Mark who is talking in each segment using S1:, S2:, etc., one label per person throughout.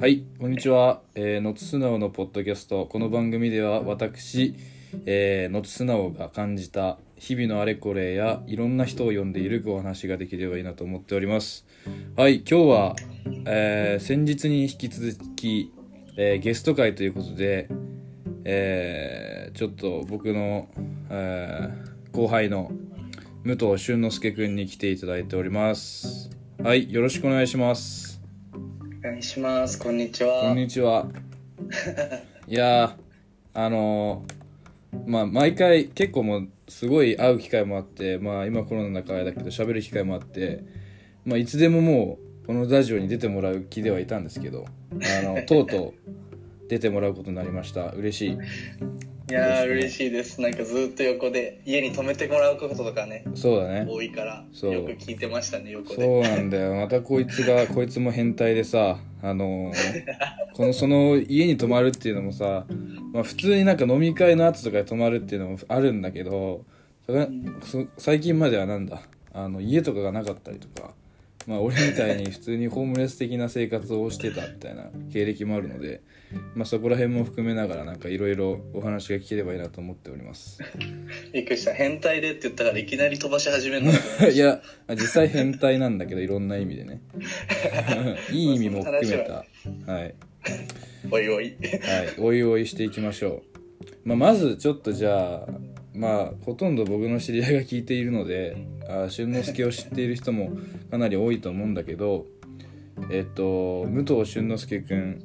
S1: はい、こんにちは。えー、ノッツスノーのポッドキャスト。この番組では私、えー、ノッツスノーが感じた日々のあれこれやいろんな人を呼んでいるお話ができればいいなと思っております。はい、今日は、えー先日に引き続き、えーゲスト会ということで、えーちょっと僕の、えー後輩の武藤俊之介くんに来ていただいております。はい、よろしくお願いします。
S2: お願いします。こんにち
S1: こ
S2: は。
S1: んにちは。いやー、あのーまあ、毎回結構もうすごい会う機会もあって、まあ、今コロナの中だけど喋る機会もあって、まあ、いつでももうこのラジオに出てもらう気ではいたんですけど、あのとうとう出てもらうことになりました。嬉しい。
S2: いやー嬉しいです。なんかずっと横で家に泊めてもらうこととかね、
S1: そうだね。
S2: 多いから
S1: そう
S2: よく聞いてましたね
S1: そ
S2: 横
S1: う
S2: で。
S1: なんだよ。またこいつ が、こいつも変態でさ、あのーこの、その家に泊まるっていうのもさ、まあ普通になんか飲み会の後とかで泊まるっていうのもあるんだけど、それそ最近まではなんだ、あの、家とかがなかったりとか、まあ俺みたいに普通にホームレス的な生活をしてたみたいな経歴もあるので、まあそこら辺も含めながらなんかいろいろお話が聞ければいいなと思っております。
S2: びっくりした。変態でって言ったからいきなり飛ばし始めるのかと思いまし た
S1: いや実際変態なんだけどいろんな意味でね いい意味も含めたはい、はい、
S2: おいおい。
S1: おいおいしていきましょう、まあ、まずちょっとじゃあまあほとんど僕の知り合いが聞いているのであ俊之介を知っている人もかなり多いと思うんだけどえっと武藤俊之介くん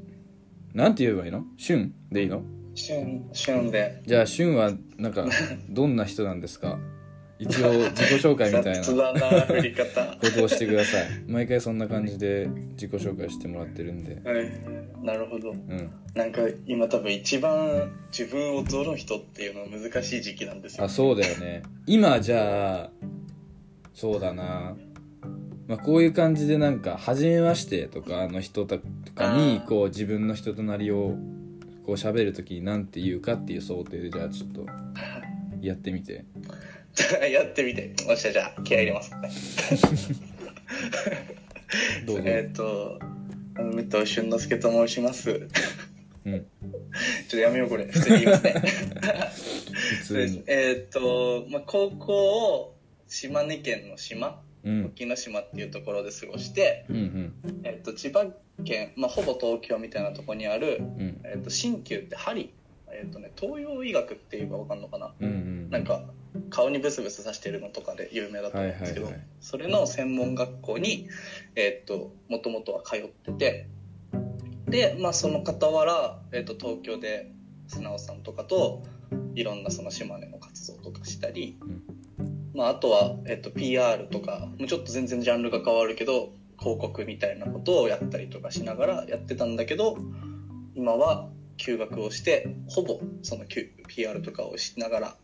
S1: なんて言えばいいの俊でいいの
S2: シュン、シュンで。
S1: じゃあ俊はなんかどんな人なんですか一応自己紹介み
S2: 雑
S1: たいな
S2: だな、振り 方。は
S1: 行動してください毎回そんな感じで自己紹介してもらってるんで
S2: い。なるほど。
S1: うん
S2: なんか今多分一番自分をどの人っていうのは難しい時期なんですよ
S1: あ。そうだよね今じゃあそうだなまあこういう感じでなんか初めましてとかの人とかに
S2: あー
S1: こう自分の人となりをこう喋るときに何て言うかっていう想定でじゃあちょっとやってみて
S2: やってみて。おっしゃ、じゃあ気合い入れます。
S1: どうぞ
S2: えっ、と、あの武藤俊之介と申します。
S1: うん
S2: ちょっとやめよう、こ れ。普通に言いますね。
S1: 普
S2: そう
S1: 通
S2: です
S1: に
S2: えっ、と、まあ、高校を島根県の島、
S1: うん
S2: 沖ノ島っていうところで過ごして、
S1: うんうん
S2: えっ、と、千葉県、まあ、ほぼ東京みたいなところにある、
S1: うん
S2: えっ、と、新旧って針、えっ、とね、東洋医学って言えばわかんのかな。
S1: うんうん
S2: なんか、顔にブスブス刺してるのとかで有名だと思うんですけど、
S1: はいはいはい
S2: それの専門学校に、えーっと、もともとは通ってて、で、まあ、その傍ら、えーっと、東京で、素直さんとかと、いろんなその島根の活動とかしたり、
S1: うん
S2: まあ、あとは、えーっと、PR とか、もうちょっと全然ジャンルが変わるけど、広告みたいなことをやったりとかしながらやってたんだけど、今は休学をして、ほぼその Q- PR とかをしながら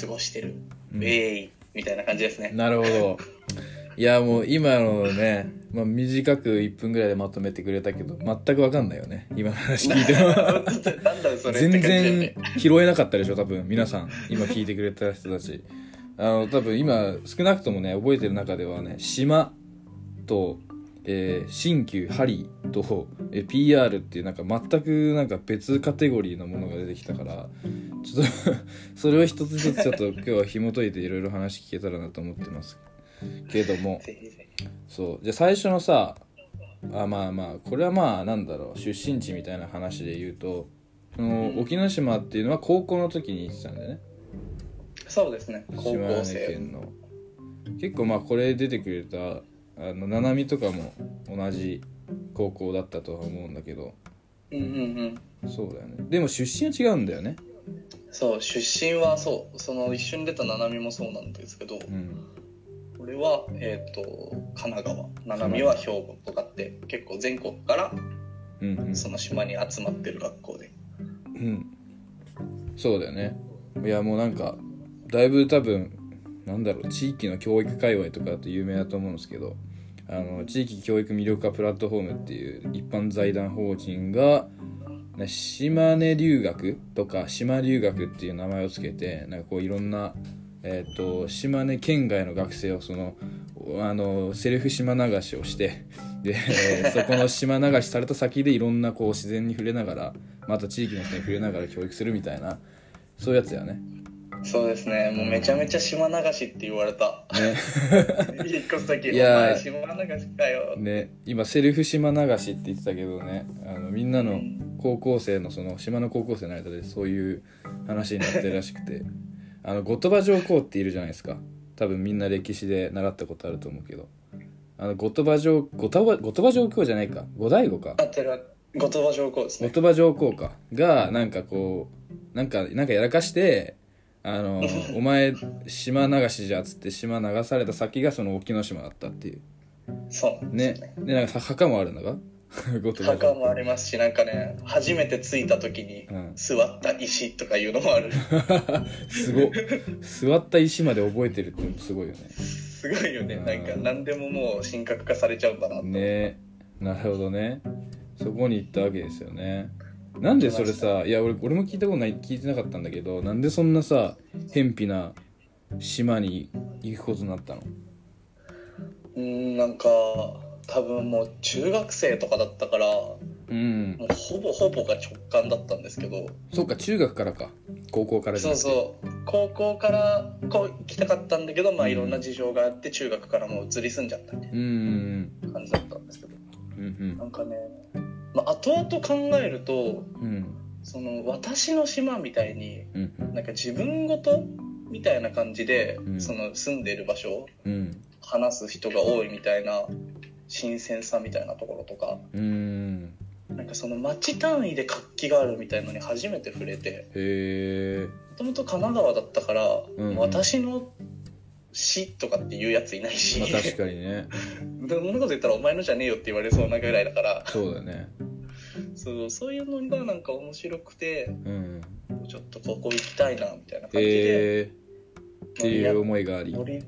S2: 過ごしてる。
S1: うん
S2: ウェイみたいな感じですね。
S1: なるほど。いや、もう今のね、まあ、短く1分ぐらいでまとめてくれたけど、全くわかんないよね。今の話聞いても。
S2: なんだそれって
S1: 全
S2: 感じだよ
S1: 然
S2: ね。
S1: 拾えなかったでしょ、多分。皆さん、今聞いてくれた人たち。あの、多分今、少なくともね、覚えてる中ではね、島と、えー新旧ハリーと、えー PR っていうなんか全くなんか別カテゴリーのものが出てきたからちょっと それを一つずつちょっと今日は紐解いていろいろ話聞けたらなと思ってますけども
S2: ぜひぜ
S1: そうじゃあ最初のさあまあまあこれはまあなんだろう出身地みたいな話で言うとその沖ノ島っていうのは高校の時に行ってたんだよね
S2: ひそうですね。
S1: 島
S2: 高校
S1: 根
S2: 生。
S1: 県の結構まあこれ出てくれたあの七海とかも同じ高校だったとは思うんだけど
S2: うんうんうん。
S1: そうだよねでも出身は違うんだよね
S2: そう、出身はそう、その一緒に出た七海もそうなんですけど、
S1: うん
S2: 俺は、えっ、と、神奈川、七海は兵庫とかって、結構全国から
S1: うんうん
S2: その島に集まってる学校で。
S1: うんそうだよねいやもうなんかだいぶ多分なんだろう地域の教育界隈とかだと有名だと思うんですけどあの地域教育魅力化プラットフォームっていう一般財団法人がね島根留学とか島留学っていう名前をつけてなんかこういろんな、えー、と島根県外の学生をそのあのセルフ島流しをしてでそこの島流しされた先でいろんなこう自然に触れながらまた地域の人に触れながら教育するみたいなそういうやつだよね。
S2: そうですねもうめちゃめちゃ島流しって言わ れた
S1: ね
S2: 引っ越す時「お
S1: いやー
S2: 前島流しかよ」
S1: ね今セルフ島流しって言ってたけどねあのみんな
S2: う
S1: の
S2: ん
S1: 高校生のその島の高校生の間でそういう話になってるらしくてあの後鳥羽上皇っているじゃないですか多分みんな歴史で習ったことあると思うけどあの後鳥羽上後鳥羽後鳥羽上皇じゃないか後醍醐か
S2: あてら後鳥羽上皇です
S1: 後
S2: ね
S1: 鳥羽上皇かがなんかこうなんかなんかやらかしてあ のお前島流しじゃっつって島流された先がその沖ノ島だったっていう
S2: そうなんですよ
S1: ねでなんかさ墓もあるんだが 後鳥羽上
S2: 墓
S1: 皇
S2: もありますしなんかね初めて着いた時に
S1: うん
S2: 座った石とかいうのも ある
S1: すごっ座った石まで覚えてるってのもすごいよね
S2: すごいよね
S1: うん
S2: なんか何でももう神格化されちゃうんだなと、
S1: ねなるほどねそこに行ったわけですよねなんでそれさいや俺俺も聞いたことない聞いてなかったんだけどなんでそんなさ偏僻な島に行くことになったの
S2: うーんなんか多分もう中学生とかだったからも
S1: うん
S2: うほぼほぼが直感だったんですけど
S1: そうか中学からか高校からじゃ
S2: そ
S1: な
S2: う
S1: くて
S2: そう高校からこう行きたかったんだけどまあいろんな事情があって中学からもう移り住んじゃったみたい
S1: うん
S2: な感じだったんですけど
S1: うんうん
S2: なんかね、まあ、後々考えると
S1: うんうん
S2: その私の島みたいに
S1: うんうん
S2: なんか自分ごとみたいな感じで、
S1: うん
S2: その住んでる場所を
S1: うん
S2: 話す人が多いみたいな新鮮さみたいなところとか
S1: うん
S2: なんかその町単位で活気があるみたいのに初めて触れて
S1: へえ
S2: もともと神奈川だったから、
S1: うんうん
S2: 私の市とかっていうやついないし、
S1: まあ確かにね
S2: で 物事言ったらお前のじゃねえよって言われそうなぐらいだから
S1: そうだね
S2: そうそういうのがなんか面白くて
S1: うん
S2: ちょっとここ行きたいなみたいな感じで
S1: へえっていう思いがあり
S2: 乗り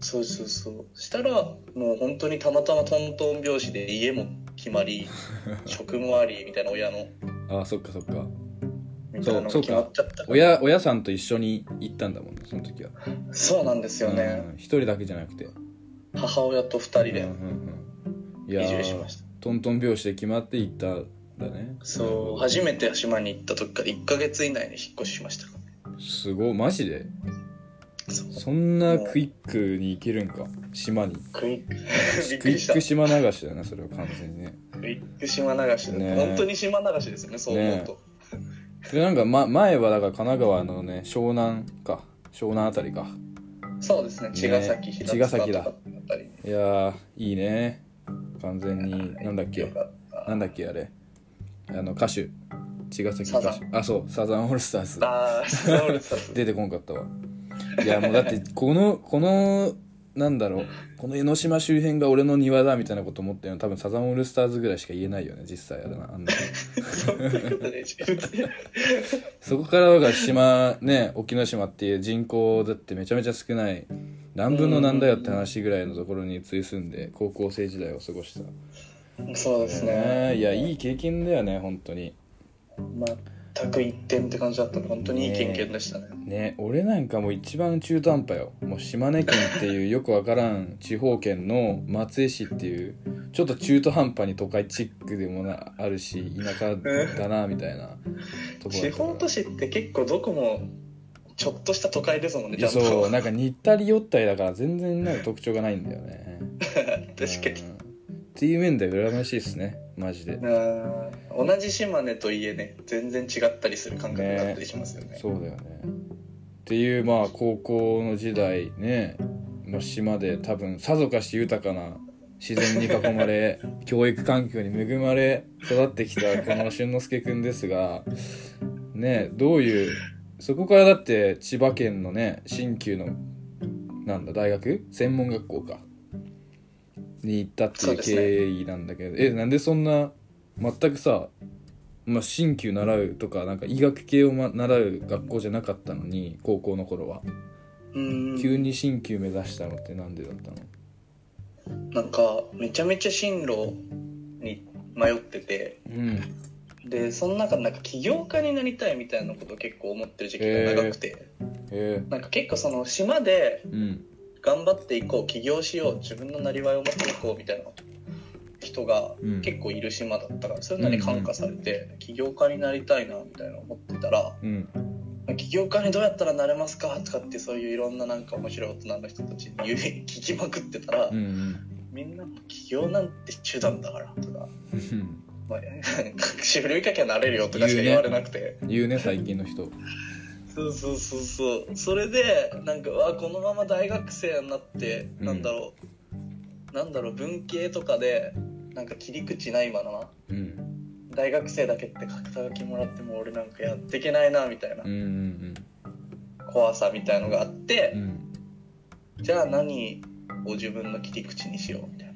S2: そうそうそうしたらもう本当にたまたまトントン拍子で家も決 まり職もありみたいな親の
S1: あそっかそっか
S2: みたいなの
S1: そうそうか
S2: が決まっちゃったから
S1: 親親さんと一緒に行ったんだもんねその時は
S2: そうなんですよね
S1: うん一人だけじゃなくて
S2: 母親と2人
S1: うん
S2: で
S1: うんうんい
S2: 移
S1: や
S2: 住しま
S1: ー
S2: した
S1: トントン拍子で決まって行ったんだね
S2: そう初めて島に行った時から1ヶ月以内に引っ越ししましたか
S1: すごいマジで
S2: らそう
S1: そんなクイックに行けるんか島に
S2: クイック びっ
S1: ク
S2: く
S1: イ
S2: りし
S1: ッ
S2: た
S1: ク島流しだよなそれは完全にね
S2: クイック島流しで、
S1: ね
S2: 本当に島流しですよねそう思うと、
S1: でなんか、ま、前はだから神奈川のね湘南か湘南あたりか
S2: そうですね茅ヶ崎平
S1: 茅ヶ崎だ
S2: とかあたり
S1: いやーいいね完全になんだっけ
S2: よかった
S1: なんだっけあれあの歌手茅ヶ崎の歌
S2: サザ
S1: 手あそうサザンオールスターズ
S2: ああそうですそうです
S1: 出てこんかったわいやもうだって このこのなんだろうこの江ノ島周辺が俺の庭だみたいなこと思ってるの多分サザンオールスターズぐらいしか言えないよね実際あれなあんな
S2: そんなことね
S1: そこからだから島ね沖ノ島っていう人口だってめちゃめちゃ少ない何分の何だよって話ぐらいのところに移り住んで高校生時代を過ごした
S2: そうですね
S1: ねいやいい経験だよね本当に
S2: 全く一点って感じだったので本当にいい経験でしたね
S1: ね俺なんかもう一番中途半端よもう島根県っていうよくわからん地方県の松江市っていうちょっと中途半端に都会チックでもなあるし田舎だなみたいなところ
S2: 地方都市って結構どこもちょっとした都会ですもんねちゃんと
S1: そうなんか似たり寄ったりだから全然なんか特徴がないんだよね
S2: 確かに
S1: うんっていう面で羨ましいですねマジで
S2: うん同じ島根といえね全然違ったりする感覚があったりしますよね
S1: そうだよねっていうまあ高校の時代ね、まあ、島で多分さぞかし豊かな自然に囲まれ教育環境に恵まれ育ってきたこの俊之介くんですがねどういうそこからだって千葉県のね新旧のなんだ大学専門学校かに行ったって
S2: そ
S1: いうう
S2: ですね
S1: 経緯なんだけど、えなんでそんな全くさまあ、新旧習うとかなんか医学系を、ま、習う学校じゃなかったのに高校の頃は
S2: うん
S1: 急に新旧目指したのってなんでだったの
S2: なんかめちゃめちゃ進路に迷ってて
S1: うん
S2: でその中でなんか起業家になりたいみたいなことを結構思ってる時期が長くて、
S1: え
S2: なんか結構その島で
S1: ー、うん
S2: 頑張っていこう起業しよう自分のなりわいを持っていこうみたいな人が
S1: うん
S2: 結構いる島だったから、そういうのに感化されて、起業家になりたいなみたいな思ってたら
S1: うん
S2: 起業家にどうやったらなれますかとかってそういういろんななんか面白い大人の人たちに言う聞きまくってたら、
S1: うんうん
S2: みんな起業なんて手段だからとか、
S1: うん
S2: まあ、 し振りかけなれるよとかしか言われなくて。
S1: 言うね最近の人
S2: そうそうそうそうそれでなんかうわこのまま大学生になって、
S1: うん
S2: なんだろうなんだろう文系とかでなんか切り口ないまま
S1: うん
S2: 大学生だけって肩書きもらっても俺なんかやっていけないなみたいな
S1: うんうん
S2: 怖さみたいのがあっ
S1: うんう
S2: て、
S1: ん
S2: じゃあ何を自分の切り口にしようみたい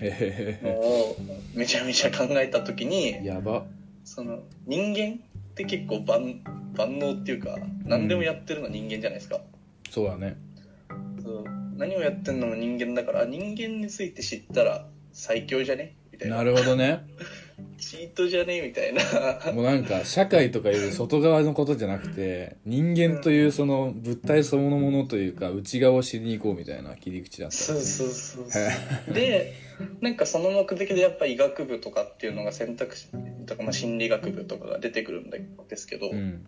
S1: へへへ
S2: なの
S1: へ
S2: をめちゃめちゃ考えた時に
S1: やば
S2: その人間って結構万万能っていうか何でもやってるの人間じゃないですか。
S1: そうだね
S2: そう何をやってんのも人間だから人間について知ったら最強じゃねみたいな
S1: なるほどね
S2: チートじゃねみたいな
S1: もうなんか社会とかいう外側のことじゃなくて人間というその物体そのものというか内側を知りに行こうみたいな切り口だった
S2: そうそうそうそうでなんかその目的でやっぱ医学部とかっていうのが選択肢とか、まあ、心理学部とかが出てくるんですけど、
S1: うん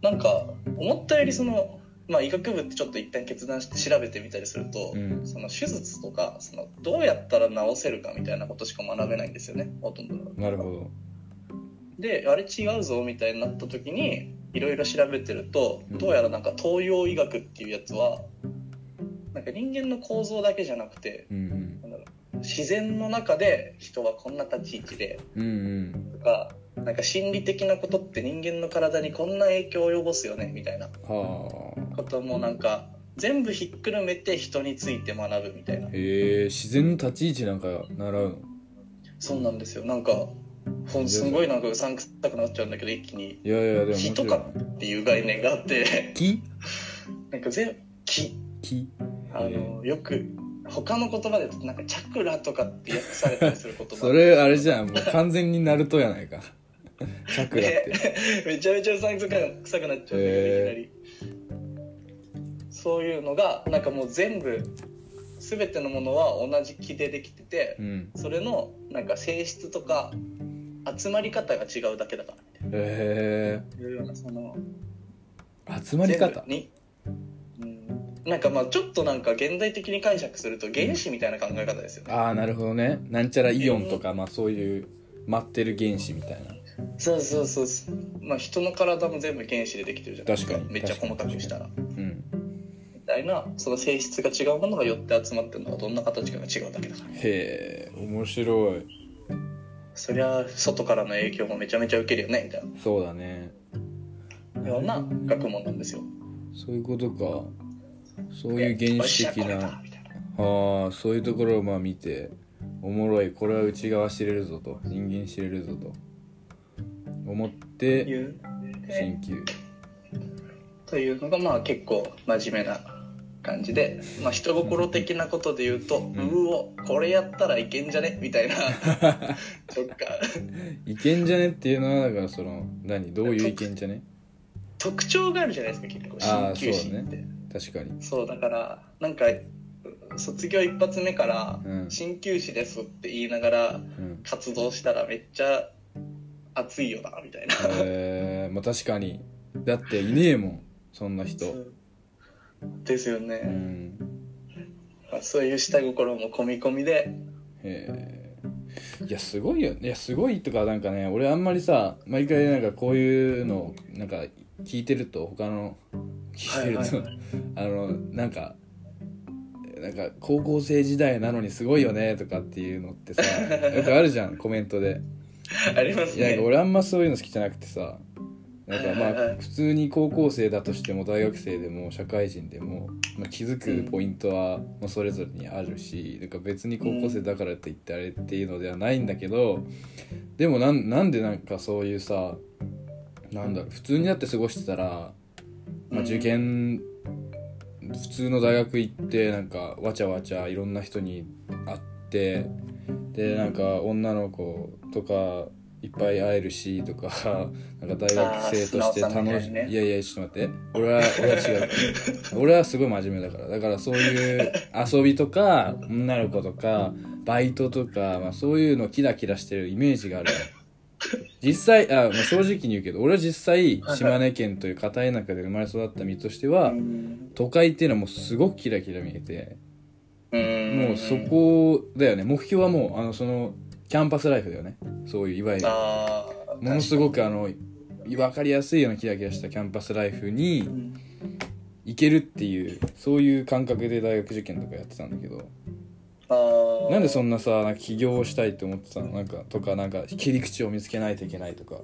S2: なんか思ったよりその、まあ、医学部ってちょっと一旦決断して調べてみたりすると、
S1: うん
S2: その手術とかそのどうやったら治せるかみたいなことしか学べないんですよねほとんどの
S1: なるほ
S2: であれ違うぞみたいになった時にいろいろ調べてると
S1: うん
S2: どうやらなんか東洋医学っていうやつはなんか人間の構造だけじゃなくて
S1: どうん
S2: なんだろう自然の中で人はこんな立ち位置で
S1: うんうん
S2: とかなんか心理的なことって人間の体にこんな影響を及ぼすよねみたいな
S1: うんはあ
S2: こともなんか全部ひっくるめて人について学ぶみたいな
S1: へえ自然の立ち位置なんか習うの
S2: そうなんですよなんかほんすごいなんかうさんくさくなっちゃうんだけど一気に
S1: いやいやでも面
S2: 火
S1: 白
S2: と
S1: い
S2: か
S1: な
S2: っていう概念があって
S1: 木
S2: なんか全気
S1: 木
S2: あのよく他の言葉でなんかチャクラとかって訳されたりする言葉
S1: それあれじゃんもう完全にナルトやないかチャクラって
S2: めちゃめちゃうさんくさく臭くなっちゃうんだけど、
S1: へ
S2: いきなりそういうのがなんかもう全部全てのものは同じ木でできてて
S1: うん
S2: それのなんか性質とか集まり方が違うだけだからみたい
S1: へ
S2: ないうようなその
S1: え集まり方
S2: 全部に、うん、なんかまあちょっとなんか現代的に解釈すると原子みたいな考え方ですよね
S1: ああなるほどねなんちゃらイオンとかまあそういう待ってる原子みたいな
S2: そうそうそうそうまあ人の体も全部原子でできてるじゃないですか
S1: 確かに
S2: めっちゃ細かくしたら
S1: うん
S2: みたいなその性質が違うものがよって集まってるのはどんな形かが違うだけだから
S1: へえ面白い
S2: そりゃ外からの影響もめちゃめちゃ受けるよねみたい
S1: そうだね
S2: なような学問なんですよ
S1: そういうことかそういう原始的
S2: よっしゃこれ
S1: な
S2: だみたいな
S1: ああそういうところをまあ見ておもろいこれは内側知れるぞと人間知れるぞと思って
S2: いうで
S1: 研究
S2: というのがまあ結構真面目な感じで、まあ、人心的なことで言うと「うおこれやったらいけんじゃね?」み たいなとか
S1: いけんじゃねっていうのはだからその何どういういけんじゃね
S2: 特徴があるじゃないですか結構
S1: あ
S2: 鍼
S1: あ
S2: 灸師
S1: そう
S2: って。
S1: だね確かに
S2: そうだからなんか卒業一発目から
S1: うん
S2: 鍼灸師ですって言いながら
S1: うん
S2: 活動したらめっちゃ熱いよなみたいな
S1: えー、まあ確かにだっていねえもんそんな人
S2: ですよ
S1: う
S2: ね、
S1: ん
S2: まあ、そういう下心も込み込みで
S1: えーいやすごいよいやすごいとかなんかね俺あんまりさ毎回なんかこういうのなんか聞いてると他の聞いてると、
S2: はいは
S1: あのなんかなんか高校生時代なのにすごいよねとかっていうのってさよくあるじゃんコメントで
S2: あります
S1: いやなんか
S2: ね
S1: 俺あんまそういうの好きじゃなくてさなんかま
S2: はいはい
S1: あ
S2: はい
S1: 普通に高校生だとしても大学生でも社会人でも、まあ、気づくポイントはまあそれぞれにあるしなんか別に高校生だからって言ってあれっていうのではないんだけどでもなんなんでなんかそういうさなんだろう普通になって過ごしてたら、まあ、
S2: うん
S1: 受験普通の大学行ってなんかわちゃわちゃいろんな人に会ってでなんか女の子とかいっぱい会えるしとか なんか大学生として
S2: あー素直さみた
S1: 楽
S2: い
S1: し,、
S2: ないね
S1: いやいやちょっと待って俺は俺は違う 俺はすごい真面目だからだからそういう遊びとか女の子とかバイトとか、まあ、そういうのキラキラしてるイメージがある実際あ、まあ、正直に言うけど俺は実際
S2: はい
S1: 島根県という片田舎で生まれ育った身としては
S2: うん
S1: 都会っていうのはもうすごくキラキラ見えて
S2: うん
S1: もうそこだよね目標はもうあのそのキャンパスライフだよねそういういわゆる
S2: あー
S1: ものすごくあの分かりやすいようなキラキラしたキャンパスライフに
S2: うん
S1: 行けるっていうそういう感覚で大学受験とかやってたんだけど
S2: あー
S1: なんでそんなさなんか起業をしたいって思ってたのなんかとかなんか切り口を見つけないといけないとか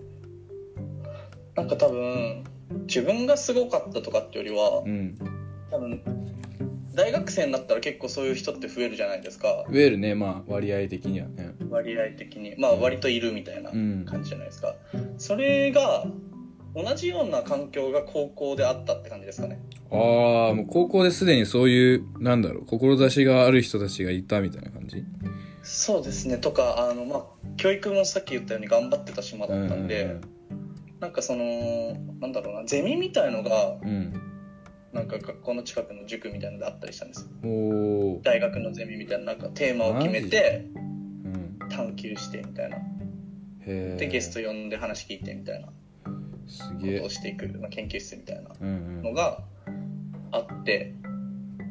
S2: なんか多分自分がすごかったとかってよりは
S1: うん
S2: 多分大学生になったら結構そういう人って増えるじゃないですか
S1: いわゆるねまあ割合的にはね
S2: 割合的にまあ割といるみたいな
S1: うん
S2: 感じじゃないですか、それが同じような環境が高校であったって感じですかね
S1: ああもう高校ですでにそういうなんだろう志がある人たちがいたみたいな感じ
S2: そうですねとかあのまあ教育もさっき言ったように頑張ってた島だったんで、なんかそのなんだろうなゼミみたいのが
S1: うんうん
S2: なんか学校の近くの塾みたいのであったりしたんですよ
S1: うんおお
S2: 大学のゼミみたいななんかテーマを決めて
S1: うん
S2: 探求してみたいな
S1: へえ
S2: でゲスト呼んで話聞いてみたいなこ
S1: すげ
S2: とを
S1: え
S2: していく、まあ、研究室みたいな
S1: うん
S2: のがあって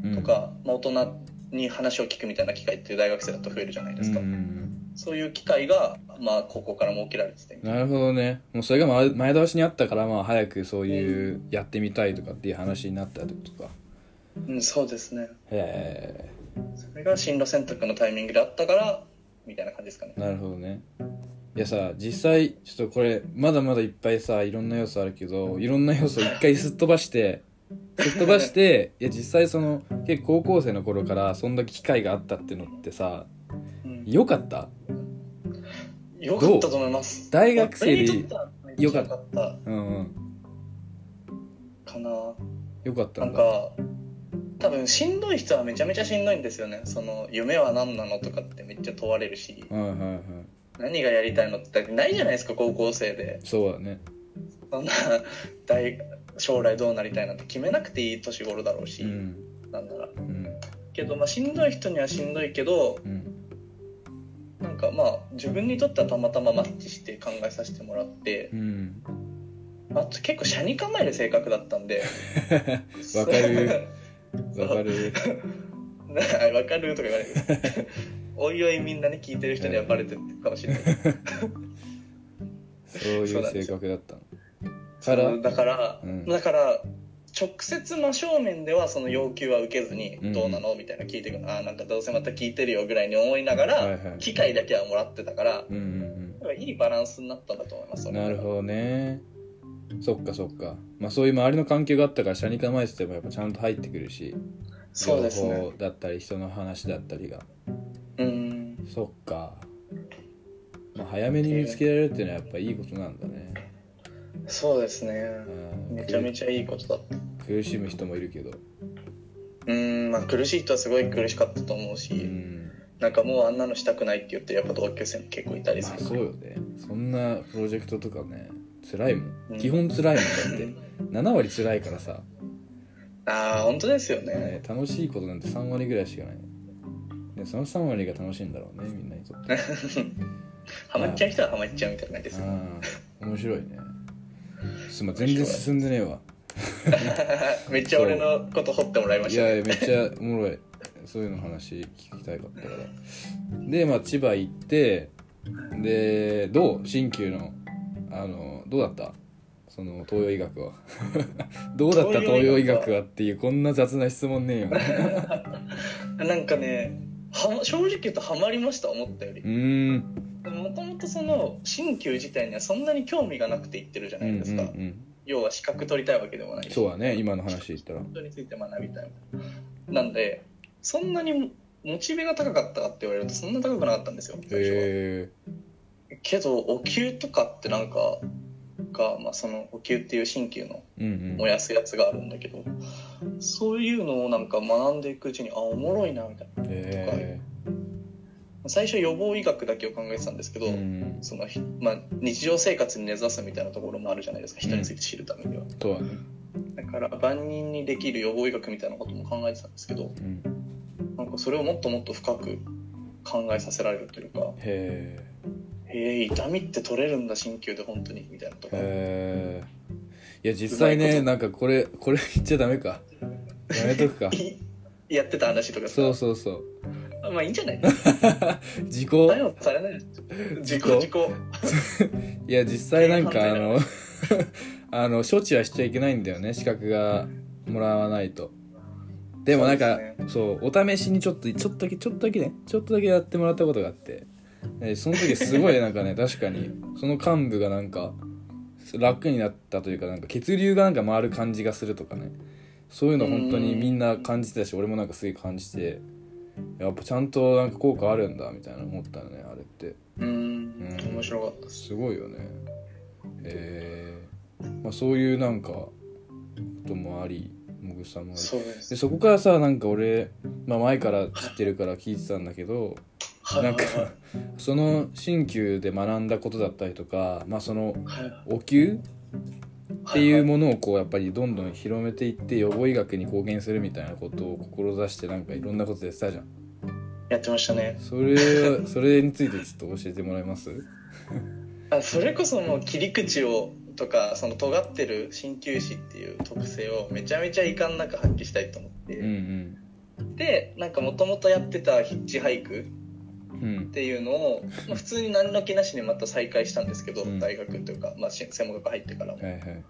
S1: うん
S2: とか、まあ、大人に話を聞くみたいな機会って大学生だと増えるじゃないですか、
S1: うんうんうん
S2: そういう機会が、まあ、高校から設けられててみたいな
S1: なるほどねもうそれが前前倒しにあったからまあ早くそういうやってみたいとかっていう話になったってことか
S2: うん、そうですね
S1: へ
S2: それが進路選択のタイミングであったからみたいな感じですかね
S1: えなるほどねいやさ実際ちょっとこれまだまだいっぱいさいろんな要素あるけどいろんな要素一回すっ飛ばしてすっ飛ばしていや実際その結構高校生の頃からそんだけ機会があったってのってさ
S2: うん
S1: 良かった
S2: よかったと思います
S1: どう大学生より
S2: 俺にとってはよかった
S1: うんうん
S2: かな
S1: 良かった
S2: なんん
S1: だ
S2: か多分しんどい人はめちゃめちゃしんどいんですよねその夢は何なのとかってめっちゃ問われるし
S1: はいはいはい
S2: 何がやりたいのってないじゃないですか高校生で
S1: そうだね
S2: そんな大将来どうなりたいなんて決めなくていい年頃だろうし、
S1: うん
S2: なんなら
S1: うん
S2: けど、まあ、しんどい人にはしんどいけど
S1: うん
S2: なんかまあ自分にとってはたまたまマッチして考えさせてもらって、
S1: うん
S2: まあ、結構斜に構える性格だったんで
S1: わか るわかる
S2: なわかるとか言われる おいおいみんなね聞いてる人にはバレてるかもしれない
S1: そういう性格だったの
S2: そ
S1: から
S2: うだから、
S1: うん
S2: だから直接真正面ではその要求は受けずに
S1: うん
S2: 「どうなの?」みたいな聞いてくるああなんかどうせまた聞いてるよぐらいに思いながら、
S1: はいはい
S2: 機会だけはもらってたから
S1: うんうん
S2: だからいいバランスになったんだと思います
S1: うんなるほどねそっかそっかまあそういう周りの関係があったから社に構えててもやっぱちゃんと入ってくるし
S2: そうですね
S1: だったり人の話だったりが
S2: うん
S1: そっか、まあ、早めに見つけられるっていうのはやっぱいいことなんだね
S2: そうですね
S1: うん
S2: めちゃめちゃいいことだった
S1: 苦しむ人もいるけど
S2: うんまあ苦しい人はすごい苦しかったと思うし、
S1: うん
S2: なんかもうあんなのしたくないって言ってやっぱ同級生も結構いたりす
S1: まあ
S2: る
S1: そうよねそんなプロジェクトとかね辛いも
S2: うん
S1: ん基本辛いもんだっ
S2: う
S1: て
S2: ん
S1: 7割辛いからさ
S2: ああ本当ですよね
S1: ね楽しいことなんて3割ぐらいしかない、ね、その3割が楽しいんだろうねみんなにとって
S2: ハマっちゃう人はハマっちゃうみたいな感じですね
S1: ああ面白いねすまん全然進んでねえわ
S2: めっちゃ俺のこと掘ってもらいま
S1: い
S2: した
S1: やい
S2: ね
S1: やめっちゃおもろいそういうの話聞きたいかったからでまあ千葉行ってでどう新旧のあのどうだったその東洋医学は どうだった東
S2: 東
S1: 洋
S2: 洋
S1: 医
S2: 医学は
S1: 学はっていうこんな雑な質問ねえ よ
S2: なんかねはま正直言うとハマりました思ったより
S1: うーん
S2: もともとその鍼灸自体にはそんなに興味がなくて行ってるじゃ
S1: う
S2: なん
S1: う
S2: い
S1: ん
S2: ですか、
S1: うん
S2: 要は資格取りたいわけでもないし
S1: そうだね今の話で言ったら
S2: 人について学びたいなんでそんなにモチベが高かったかって言われるとそんな高くなかったんですよ最初は、
S1: へ
S2: けどお灸とかってなんかが、まあ、そのお灸っていう鍼灸の
S1: えうんうん
S2: 燃やすやつがあるんだけどそういうのをなんか学んでいくうちにあおもろいなみたいな
S1: え
S2: 最初予防医学だけを考えてたんですけど、
S1: うん
S2: そのひまあ、日常生活に根ざすみたいなところもあるじゃないですか人について知るためには、
S1: とはね、
S2: だから万人にできる予防医学みたいなことも考えてたんですけど
S1: うん、
S2: なんかそれをもっともっと深く考えさせられるというか
S1: へー
S2: 「えー、痛みって取れるんだ鍼灸で本当に」みたいなとか、
S1: へーいや実際ね
S2: う
S1: なんかこれこれ言っちゃダメかやめと くか
S2: いやってた話とかさ
S1: そうそうそう
S2: あまあいいんじゃないですか
S1: 自己
S2: 何もされない自己自己
S1: いや実際なんかあ
S2: 軽
S1: のあの 処置はしちゃいけないんだよね資格がもらわないとでもなんか
S2: そうで
S1: そう,、お試しにちょっとちょっとだけちょっとだけねちょっとだけやってもらったことがあってえその時すごいなんかね 確かにその幹部がなんか楽になったというかなんか血流がなんか回る感じがするとかねそういうの本当にみんな感じてたし俺もなんかすごい感じてやっぱちゃんとなんか効果あるんだみたいな思ったのねあれって。
S2: う
S1: うん
S2: ん面白かったです
S1: すごいよねえーまあ、そういうなんかこともありもぐさもあり
S2: そうです
S1: でそこからさなんか俺、まあ、前から知ってるから聞いてたんだけど
S2: はい
S1: なんかその鍼灸で学んだことだったりとか、まあ、その
S2: はい
S1: お灸ってい
S2: は
S1: うものをこうやっぱりどんどん広めていって予防医学に貢献するみたいなことを志してなんかいろんなことやってたじゃん
S2: やってましたね
S1: それそれについてちょっと教えてもらえます
S2: あそれこそもう切り口をとかその尖ってる鍼灸師っていう特性をめちゃめちゃ遺憾なく発揮したいと思っ
S1: うん
S2: て、でなんかもともとやってたヒッチハイク
S1: うんうん
S2: っていうのを、まあ、普通に何の気なしにまた再開したんですけど、
S1: うん
S2: 大学というか、まあ、し専門学入ってからも、
S1: はいはい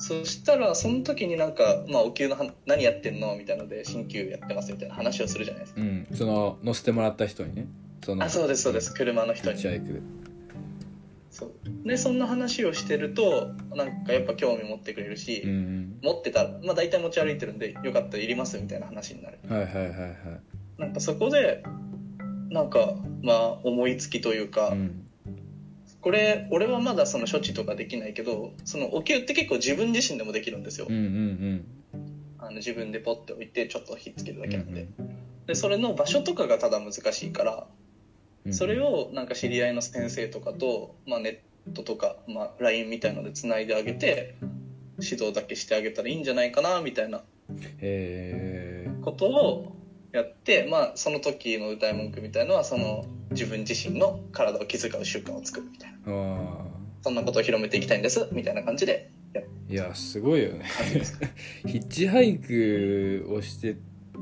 S2: そしたらその時になんか、まあ、お給の話何やってんのみたいなので鍼灸やってますみたいな話をするじゃないですか、
S1: うん、その乗せてもらった人にねその
S2: あそうですそうです車の人に
S1: ヒッチハイクで
S2: そうでそんな話をしてるとなんかやっぱ興味持ってくれるし、
S1: うん
S2: 持ってたら、まあ、大体持ち歩いてるんでよかったらいりますみたいな話になる
S1: うんはいはいはいはい
S2: なんかそこでなんかまあ思いつきというか、
S1: うん
S2: これ俺はまだその処置とかできないけどそのお給って結構自分自身でもできるんですよ、
S1: うんうん
S2: あの自分でポッて置いてちょっとひっつける
S1: う
S2: だ
S1: ん
S2: けなんで,、でそれの場所とかがただ難しいから、
S1: うん
S2: それをなんか知り合いの先生とかと、まあ、ネットとか、まあ、LINE みたいのでつないであげて指導だけしてあげたらいいんじゃないかなみたいな
S1: へえ
S2: ことをやって、まあ、その時の歌い文句みたいのはその自分自身の体を気遣う習慣を作るみたいな
S1: ああ
S2: そんなことを広めていきたいんですみたいな感じでやっ
S1: いやすごいよね
S2: た感じですか
S1: ヒッチハイクをして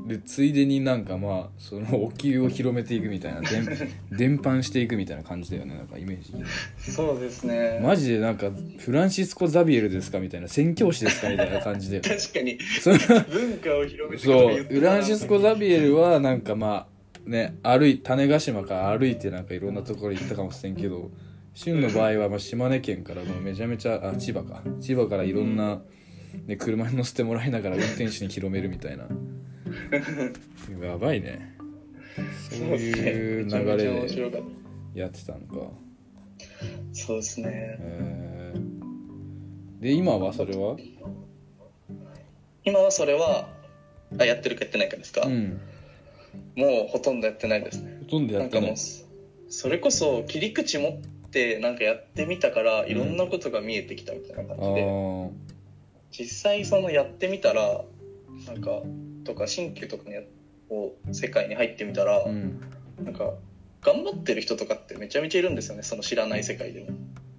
S1: るついでになんかまあそのお灸を広めていくみたいな 伝伝播していくみたいな感じだよねなんかイメージ
S2: そうですね、
S1: マジでなんかフランシスコ・ザビエルですかみたいな宣教師ですかみたいな感じだよね
S2: 確かに
S1: その
S2: 文化を広めて
S1: そ
S2: 言
S1: う
S2: って
S1: ウ
S2: たな
S1: ランシスコ・ザビエルはなんかまあね歩い種子島から歩いてなんかいろんなところ行ったかもしれんけど旬の場合はまあ島根県からもうめちゃめちゃあ千葉か千葉からいろんな、ね、車に乗せてもらいながら運転手に広めるみたい なやばいねそういう流れ
S2: そうですねめちゃめちゃ面
S1: で
S2: 白かっ
S1: やってたのか
S2: たそうですね
S1: へーで今はそれは
S2: 今はそれはあやってるかやってないかですか、
S1: うん
S2: もうほとんどやってないですね
S1: ほとんど
S2: な
S1: や
S2: ん
S1: っ
S2: か
S1: てな
S2: も
S1: いう
S2: それこそ切り口持ってなんかやってみたからいろんなことが見えてきたみたいな
S1: あ
S2: 感じで、
S1: ー
S2: 実際そのやってみたらなんかとか新旧とかのやこう世界に入ってみたら、
S1: うん
S2: なんか頑張ってる人とかってめちゃめちゃいるんですよねその知らない世界でも。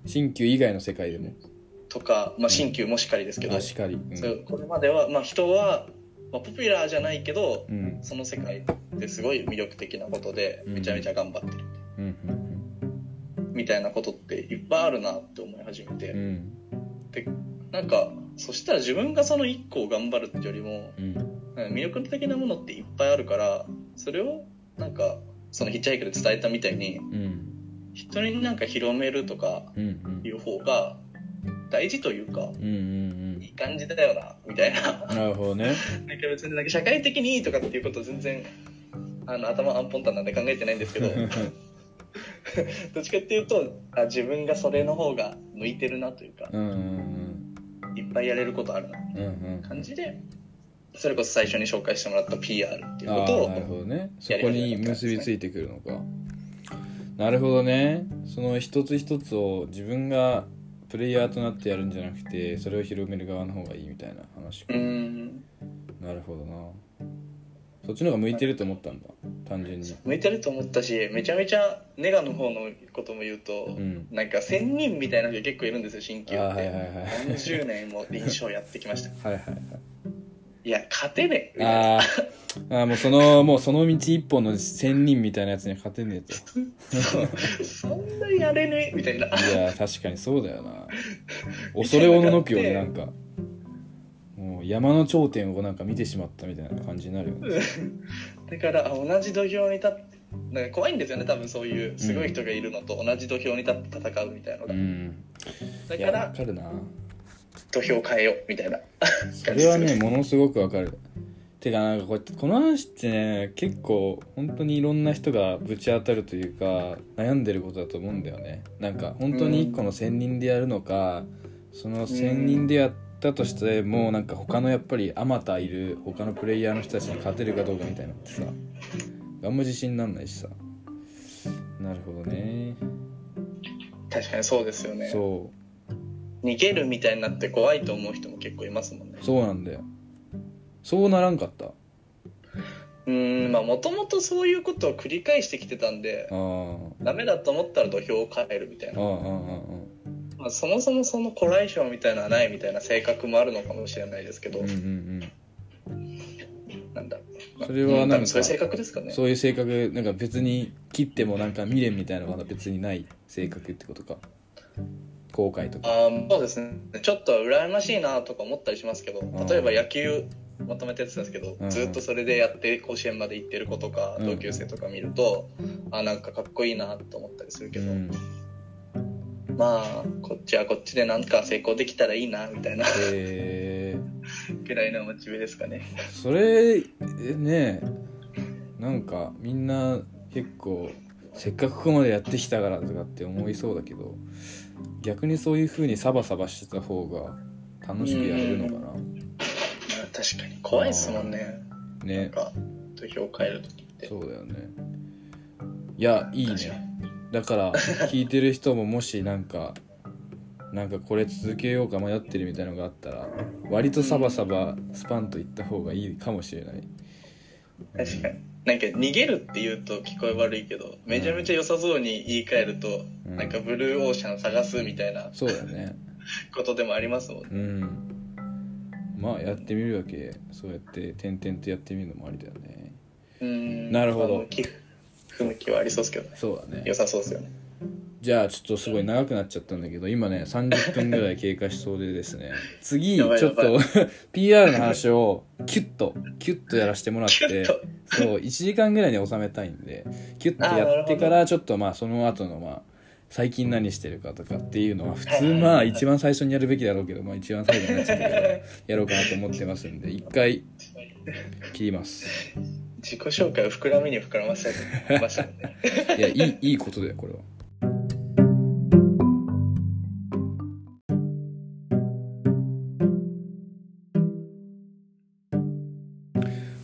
S1: 新旧以外の世界でも
S2: とか、まあ、新旧もしかりですけど、
S1: あしかり、うん
S2: そうこれまでは、まあ、人は、まあ、ポピュラーじゃないけど
S1: うん
S2: その世界ってすごい魅力的なことで
S1: うん
S2: めちゃめちゃ頑張ってる
S1: うん
S2: みたいなことっていっぱいあるなって思い始めて。
S1: うんうん
S2: なんかそしたら自分がその一個を頑張るってよりも
S1: うん
S2: うん魅力的なものっていっぱいあるからそれをなんかそのヒッチハイクで伝えたみたいに
S1: うん
S2: 人になんか広めるとか
S1: うんうん
S2: いう方が大事というか
S1: うんうん
S2: いい感じだよなみたいな なん
S1: うんなるほどね
S2: か別になんか社会的にいいとかっていうこと全然あの頭アンポンタンなんで考えてないんで すけどどっちかっていうとあ自分がそれの方が向いてるなというか
S1: うんうん
S2: いっぱいやれることあるな
S1: うんうん
S2: 感じでそれこそ最初に紹介してもらった PR っていう
S1: あ
S2: こ
S1: あー
S2: と
S1: なる
S2: を
S1: ほどねそこに結びついてくるのかなるほどねその一つ一つを自分がプレイヤーとなってやるんじゃなくてそれを広める側の方がいいみたいな話か、
S2: うん
S1: なるほどなそっちの方が向いてると思ったんだ単純に
S2: 向いてると思ったしめちゃめちゃネガの方のことも言うと、
S1: うん
S2: なんか仙人みたいな人結構いるんですよ新旧って、
S1: あーはいはいはい
S2: 何十年も臨床やってきま した
S1: はいはいはい
S2: いや勝てねえみたいな
S1: あーあーもうそのもうその道一本の仙人みたいなやつには勝てねえと
S2: そうそんなやれねえみたいない
S1: やー確かにそうだよな恐れおののくよね
S2: 道
S1: な
S2: が
S1: んかもう山の頂点をなんか見てしまったみたいな感じになるよね
S2: だから同じ土俵に立ってなんか怖いんですよね多分そういうすごい人がいるのと同じ土俵に立って戦うみたいなの
S1: う
S2: が、
S1: ん
S2: だ
S1: い
S2: か
S1: やわ
S2: ら
S1: かるな
S2: 土俵変えようみたいな
S1: それはねものすごくわかるてかなんかこうやってこの話ってね結構本当にいろんな人がぶち当たるというか悩んでることだと思うんだよねなんか本当に一個の専任でやるのか、その専任でやったとしてもなんか他のやっぱりあまたいる他のプレイヤーの人たちに勝てるかどうかみたいなのってさあんま自信なんないしさなるほどね
S2: 確かにそうですよね
S1: そ
S2: 逃げるみたいになって怖いと思う人も結構いますもんね
S1: うそうなんだよそうならんかったあ
S2: うーんまあもともとそういうことを繰り返してきてたんで
S1: あー
S2: ダメだと思ったら土俵を変えるみたい
S1: あーあ
S2: な、
S1: ーあーあー
S2: まあ、そもそもその古来性みたいなのはないみたいな性格もあるのかもしれないですけど、
S1: うんうんうん
S2: なんだろう
S1: それはなんか
S2: うん多分そういう性格ですかね
S1: そういう性格なんか別に切ってもなんか未練みたいなのが別にない性格ってことか後悔とか
S2: あーそうですねちょっと羨ましいなとか思ったりしますけど
S1: ん
S2: 例えば野球まとめてやってたんですけど、
S1: うん
S2: ずっとそれでやって甲子園まで行ってる子とか、
S1: うん
S2: 同級生とか見るとあなんかかっこいいなと思ったりするけ
S1: う
S2: ど、
S1: ん
S2: まあこっちはこっちでなんか成功できたらいいなみたいな
S1: え
S2: ぐらいのモチベですかね
S1: ー、それえねなんかみんな結構せっかくここまでやってきたからとかって思いそうだけど逆にそういう風にサバサバしてた方が楽しくやれるのかな、
S2: まあ確かに怖いですもんね
S1: ね
S2: なんか土俵を変える時って
S1: そうだよねいやいい
S2: 確か
S1: ねだから聞いてる人ももしなんかなんかこれ続けようか迷ってるみたいなのがあったら割とサバサバスパンといった方がいいかもしれない
S2: 確かになんか逃げるって言うと聞こえ悪いけどめちゃめちゃ良さそうに言い換えると、
S1: うん
S2: なんかブルーオーシャン探すみたいな
S1: そうだよね
S2: ことでもありますもんね
S1: うんまあやってみるだけそうやって点々とやってみるのもありだよね
S2: うん
S1: なるほど
S2: まあ向き不向きはありそうですけどね
S1: そうだね
S2: 良さそうですよね
S1: じゃあちょっとすごい長くなっちゃったんだけど今ね30分ぐらい経過しそうでです ね次ち
S2: や
S1: ょ
S2: ば
S1: っ
S2: いやばい
S1: と PR の話をキュッとキュッとやらせてもらっ
S2: キュ
S1: て
S2: ッと
S1: そう1時間ぐらいに収めたいんでキュッとやってからちょっとまあその後のまあ最近何してるかとかっていうのは普通まあ一番最初にやるべきだろうけどまあ一番最後になっちゃったからやろうかなと思ってますんで一回切ります
S2: 自己紹介を膨らみに膨らませてましたもん ね
S1: いやいいいいことだよこれは。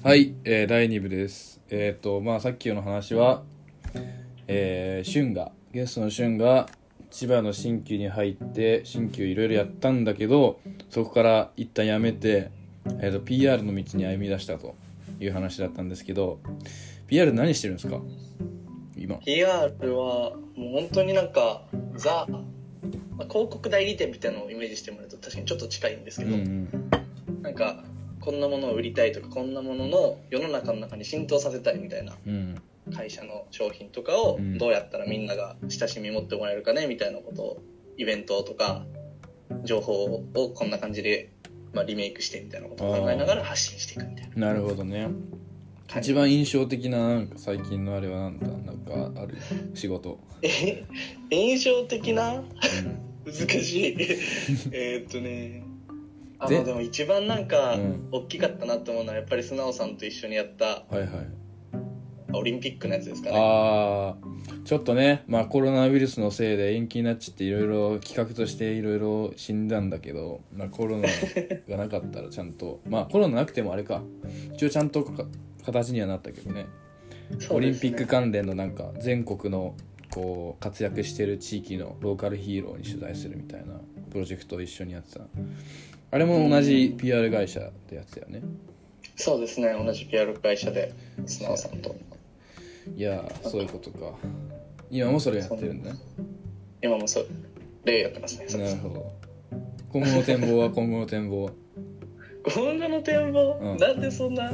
S1: はい、えー第2部です。えっ、と、まあ、さっきの話は、えー、俊が、ゲストの俊が、千葉の新旧に入って、新旧いろいろやったんだけど、そこから一旦やめて、えー、と、PR の道に歩み出したという話だったんですけど、PR 何してるんですか今。
S2: PR はもう本当になんかザ、まあ広告代理店みたいなのをイメージしてもらうと確かにちょっと近いんです
S1: う
S2: け
S1: ん
S2: ど、
S1: うん。
S2: なんかこんなものを売りたいとかこんなものの世の中の中に浸透させたいみたいな
S1: うん。
S2: 会社の商品とかを
S1: うん
S2: どうやったらみんなが親しみ持ってもらえるかねみたいなことをイベントとか情報をこんな感じで、まあ、リメイクしてみたいなことを考えながら発信していくみたいな
S1: なるほどね。
S2: 感
S1: 一
S2: じ。
S1: 番印象的ななんか最近のあれはなんだなんかある仕事。
S2: え印象的な
S1: うん
S2: 難 しいえーっとねあ
S1: ぜ
S2: のでも一番なんか
S1: うん
S2: 大きかったなと思うのはやっぱり素直さんと一緒にやった
S1: はいはい。
S2: オリンピックのやつですかね
S1: ああ、ちょっとね、まあコロナウイルスのせいで延期になっちゃっていろいろ企画としていろいろ死んだんだけど、まあコロナがなかったらちゃん と、まあコロナなくてもあれか、一応ちゃんとか形にはなったけどね。
S2: そう
S1: オリ
S2: で
S1: ン
S2: す
S1: ピ
S2: ね
S1: ック関連のなんか全国のこう活躍してる地域のローカルヒーローに取材するみたいなプロジェクトを一緒にやってたあれも同じ PR 会社でやってたよね
S2: そうですね同じ PR 会社で素直さんと
S1: いやーそういうことか今もそれやってるんだね
S2: 今もそう例やってますねそうで
S1: な
S2: す
S1: るほど今後の展望は今後の展望は
S2: 今後の展望、
S1: うん
S2: なんでそん な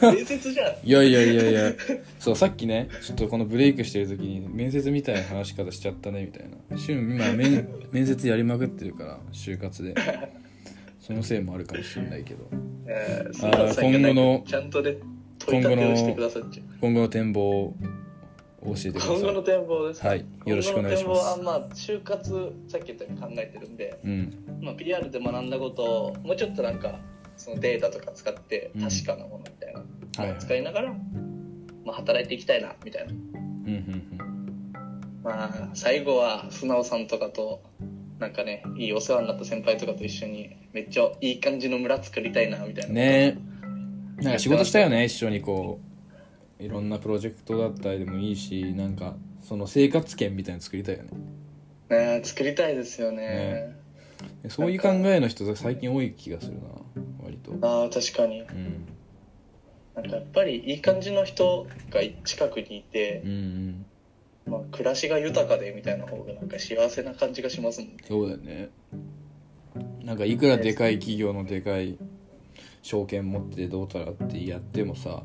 S2: 伝説じゃん
S1: いやいやいやいやそうさっきねちょっとこのブレイクしてる時に面接みたいな話し方しちゃったねみたいな旬今面面接やりまくってるから就活でそのせいもあるかもしれないけど
S2: えーそん
S1: 今後
S2: なの
S1: の
S2: ちゃんとね問い立てをしてくださっちゃう
S1: 今後の展望を教えてください
S2: 今後の展望です
S1: はいよろしくお願いし
S2: 今後
S1: ます
S2: の展望はまあ就活さっき言ったように考えてるんで、
S1: うん
S2: まあ、PR で学んだことをもうちょっとなんかそのデータとか使って
S1: うん
S2: 確かなものみたいな、
S1: はいはい
S2: 使いながら、まあ、働いていきたいなみたいな
S1: うんうん
S2: まあ最後は素直さんとかとなんかねいいお世話になった先輩とかと一緒にめっちゃいい感じの村作りたいなみたい
S1: うん
S2: な
S1: ねえなんか仕事したよね一緒にこういろんなプロジェクトだったりでもいいしなんかその生活圏みたいなの作りたいよね
S2: ね作りたいですよね
S1: そういう考えの人が最近多い気がするな割と
S2: ああ確かに
S1: うん
S2: なんかやっぱりいい感じの人が近くにいて
S1: うんう、ん
S2: まあ、暮らしが豊かでみたいな方がなんか幸せな感じがしますもんね
S1: そうだよねなんかいくらでかい企業のでかい証券持ってどうたらってやってもさ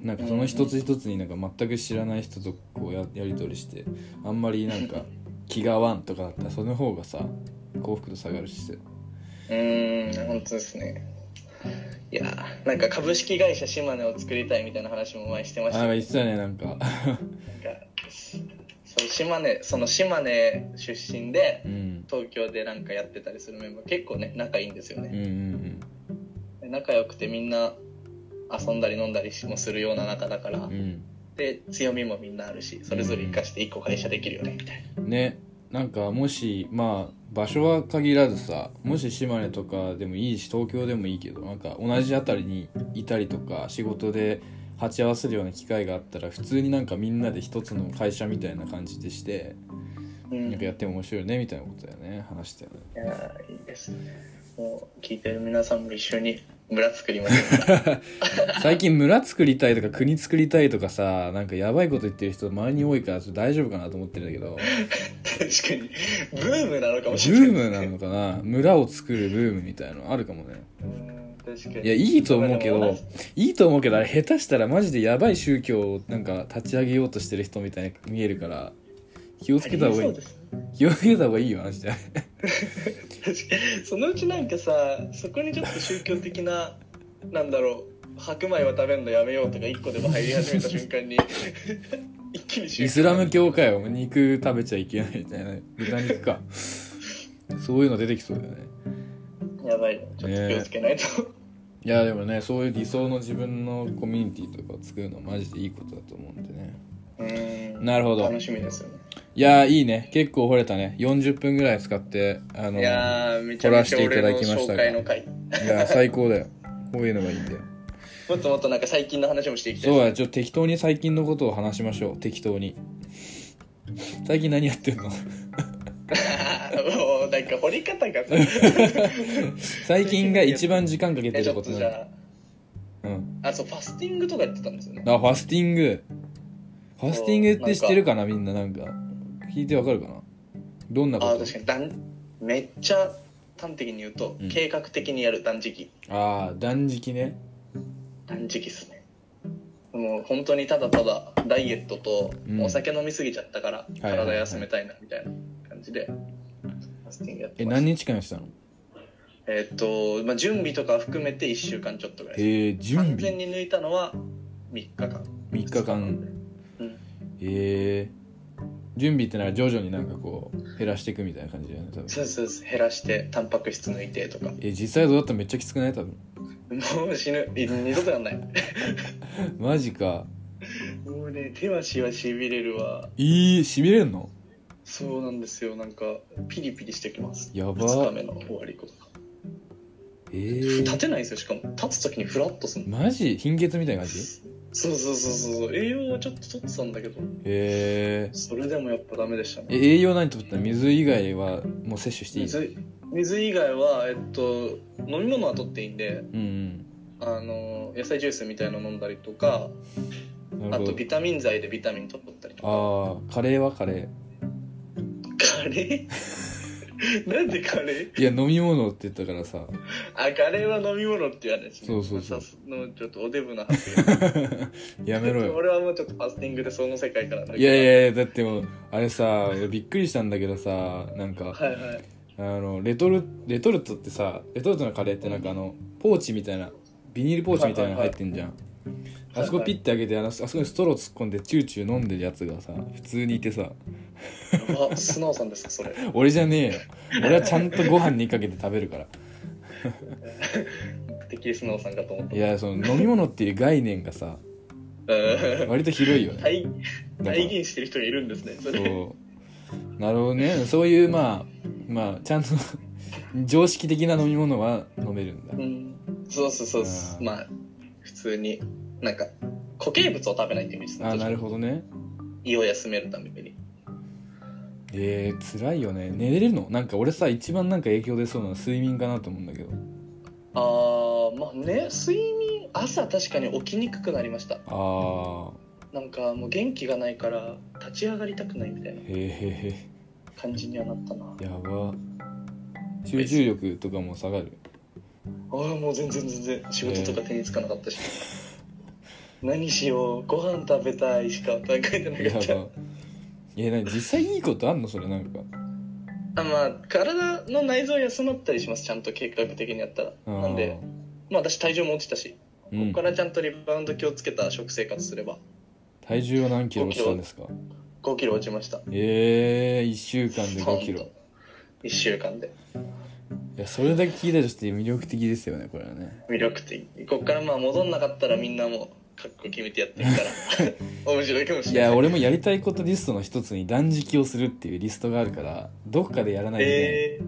S1: なんかその一つ一つになんか全く知らない人とこうややり取りしてあんまりなんか気が合わんとかだったらその方がさ幸福度下がるしさ
S2: うーん本当ですねいやーなんか株式会社島根を作りたいみたいな話も前してま
S1: あ
S2: し
S1: なんか
S2: たけど
S1: 言ってたねなんか
S2: なんかそう島根その島根出身で
S1: うん
S2: 東京でなんかやってたりするメンバー結構ね仲いいんですよ
S1: うんう
S2: ね、
S1: んうん
S2: で仲良くてみんな遊んだり飲んだりもするような仲だから、
S1: うん
S2: で強みもみんなあるしそれぞれ生かして一個会社できるよねみたい
S1: ねなんかもしまあ場所は限らずさもし島根とかでもいいし東京でもいいけどなんか同じ辺りにいたりとか仕事で鉢合わせるような機会があったら普通になんかみんなで一つの会社みたいな感じでして
S2: な、う
S1: な
S2: ん、
S1: んか
S2: い
S1: やっても面白いねみたいなことだよね話したよね
S2: やーいいですねもう聞いてる皆さんも一緒に村作りましょうか
S1: 最近村作りたいとか国作りたいとかさなんかやばいこと言ってる人周りに多いからちょっと大丈夫かなと思ってるんだけど
S2: 確かにブームなのか
S1: ブ
S2: もしれない
S1: ームなのかな村を作るブームみたいのあるかもね
S2: うん確かに
S1: いやいいと思うけ
S2: まあ
S1: ど
S2: でも
S1: いいと思うけどあれ下手したらマジでやばい宗教をなんか立ち上げようとしてる人みたいに見えるから気をつけた方がい
S2: ありそう
S1: い
S2: ですね
S1: 気をつけた方がいいよマジで
S2: 確かに そのうちなんかさそこにちょっと宗教的ななんだろう白米は食べるのやめようとか一個でも入り始めた瞬間に 一気に宗教
S1: イスラム教かよ肉食べちゃいけないみたいな豚肉かそういうの出てきそうだよね
S2: やばいねちょっと気をつけないと、
S1: いやでもねそういう理想の自分のコミュニティとかを作るのはマジでいいことだと思うんでね
S2: うん
S1: なるほど
S2: 楽しみですよね
S1: いやーいいね結構掘れたね40分ぐらい使ってあの
S2: いやーめちゃ
S1: 撮ら
S2: め
S1: せ
S2: ちゃ
S1: ていた
S2: 俺
S1: だき
S2: の
S1: ましたが
S2: 紹介の回
S1: いやー最高だよこういうのがいいんだよ
S2: もっともっとなんか最近の話もしていきたい
S1: そうだねちょっと適当に最近のことを話しましょう適当に最近何やってん の
S2: です もうなんか掘り方 がさ
S1: 最近が一番時間かけて
S2: えち
S1: る
S2: ょ
S1: こ
S2: っ
S1: と
S2: と
S1: なの
S2: じゃ
S1: うん
S2: ああそうファスティングとかやってたんですよね
S1: あファスティングファスティングって知ってるかなみんななんか聞いてわかるかなどんなこ
S2: あ
S1: と
S2: ー確かにだんめっちゃ端的に言うと、
S1: うん
S2: 計画的にやる断食
S1: ああ断食ね
S2: 断食っすねもう本当にただただダイエットと
S1: うん
S2: お酒飲みすぎちゃったから
S1: はいはいはい
S2: 体休めたいなみたいな感じでファスティングやって
S1: え
S2: まし
S1: 何
S2: た
S1: 日間したの
S2: えーっと、まあ、準備とか含めて1週間ちょっとぐらいです
S1: えー、準
S2: 完全
S1: 備
S2: に抜いたのは3日間
S1: 3日間
S2: うん
S1: えー準備ってなら徐々になんかこう減らしていくみたいな感じだよね多分
S2: そうそうそう減らしてタンパク質抜いてとか
S1: え実際どうだったらめっちゃきつくない多分
S2: もう死ぬい二度とやんない
S1: マジか
S2: もうね手足はしびれるわ
S1: えー、しびれんの
S2: そうなんですよなんかピリピリしてきます
S1: やば
S2: 2日目の終わりとか
S1: えー
S2: 立てないんですよしかも立つ時にフラッとするの
S1: マジ貧血みたいな感じ
S2: そうそうそうそう栄養はちょっと取ってたんだけ
S1: へ
S2: ど
S1: え
S2: それでもやっぱダメでしたね
S1: え栄養何とったら水以外はもう摂取していい
S2: 水水以外は、えっと、飲み物は取っていいんで
S1: うん
S2: あの野菜ジュースみたいの飲んだりとか
S1: うんなる
S2: あ
S1: ほ
S2: と
S1: ど
S2: ビタミン剤でビタミン取ったりとか
S1: ああーカレーはカレ
S2: カレー なんでカレー
S1: ーいや飲み物って言ったからさ
S2: あカレーは飲み物って言わないし、ね、
S1: そうそうそう
S2: さすのちょっとおデブな発 言
S1: やめろよ
S2: 俺はもうちょっとファスティングでその世界から
S1: いやい
S2: や
S1: やいやだってもうあれさびっくりしたんだけどさなんか
S2: はいはい
S1: あのレトルレトルトってさレトルトのカレーってなんかあのポーチみたいなビニールポーチみたいなの入ってんじゃん、あそこピッて開けてあのあそこにストロー突っ込んでチューチュー飲んでるやつがさ普通にいてさ
S2: あ素直さんですかそれ
S1: 俺じゃねえよ俺はちゃんとご飯にかけて食べるから
S2: てっきり素直さんかと思った
S1: いやその飲み物っていう概念がさ
S2: うん
S1: 割と広いよね
S2: 体
S1: だから
S2: 体現してる人がいるんですねそれ
S1: そうなるほどねそういうまあまあちゃんと常識的な飲み物は飲めるんだ
S2: うんそうそうそうそう
S1: あー
S2: まあ普通になんか固形物を食べないってイメージですね
S1: あなるほどね
S2: 胃を休めるために
S1: えー、辛いよね寝れるのなんか俺さ一番なんか影響出そうなのは睡眠かなと思うんだけど
S2: あーまあね睡眠朝確かに起きにくくなりました
S1: あ
S2: なんかもう元気がないから立ち上がりたくないみたいな
S1: ーへえ
S2: 感じにはなったな
S1: やば集中力とかも下がる
S2: ああもう全然全然仕事とか手につかなかったし、何しようご飯食べたいしか考えてな
S1: や
S2: か
S1: ば
S2: った
S1: いやなんか実際いいことあんのそれなんか
S2: あまあ体の内臓休まったりしますちゃんと計画的にやったら
S1: あー
S2: なんでまあ私体重も落ちたし、
S1: う
S2: こ
S1: ん
S2: こからちゃんとリバウンド気をつけた食生活すれば
S1: 体重は何キロ落ちたんですか
S2: 5キロ落ちました
S1: ええー、1週間で5キロ
S2: 1週間で
S1: いやそれだけ聞いたらちょっと魅力的ですよねこれはね
S2: 魅力的こっからまあ戻んなかったらみんなもうかっこ決めてやってるから 面白いかもし
S1: い
S2: れない
S1: や俺もやりたいことリストの一つに断食をするっていうリストがあるからどっかでやらないといけない
S2: え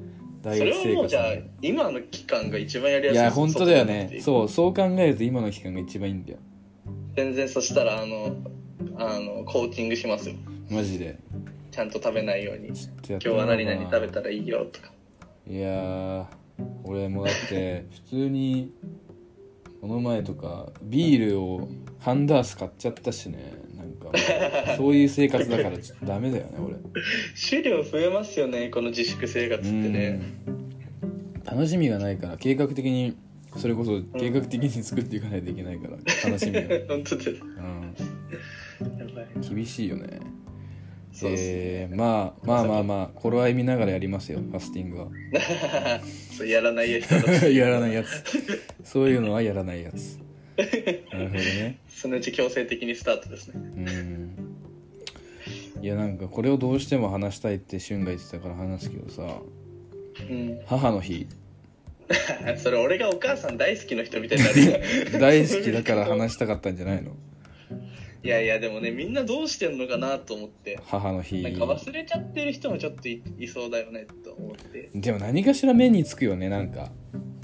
S2: ー、
S1: 大学
S2: それは
S1: 生
S2: もうじ
S1: 活
S2: ゃあ
S1: なんで
S2: 今の期間が一番やりやす
S1: い
S2: い
S1: や本当だよね
S2: う
S1: そうそう考えると今の期間が一番いいんだよ
S2: 全然そしたらあのあのコーティングしますよ
S1: マジで
S2: ちゃんと食べないように
S1: ちょっとやっ
S2: 今
S1: てみ
S2: 日
S1: ようか
S2: は
S1: な
S2: 何々食べたらいいよとか
S1: いやー俺もだって普通にこの前とかビールをハンダース買っちゃったしねなんかも うそういう生活だからちょっとダメだよね俺
S2: 資料増えますよねこの自粛生活ってね
S1: うん楽しみがないから計画的にそれこそ計画的に作っていかないといけないから楽しみ が、
S2: 本当だ
S1: うん、
S2: やばい
S1: 厳しいよね
S2: そうっすね
S1: えーまあまあまあまあ頃合い見ながらやりますよファスティングは
S2: そうやらない人 だ
S1: やらないやつそういうのはやらないやつなるほどね
S2: そのうち強制的にスタートですね
S1: うんいやなんかこれをどうしても話したいって俊が言ってたから話すけどさ
S2: うん
S1: 母の日
S2: それ俺がお母さん大好きの人みたいになる
S1: 大好きだから話したかったんじゃないの
S2: いやいやでもねみんなどうしてんのかなと思って
S1: 母の日
S2: なんか忘れちゃってる人もちょっといいそうだよねと思って
S1: でも何かしら目につくよねなんか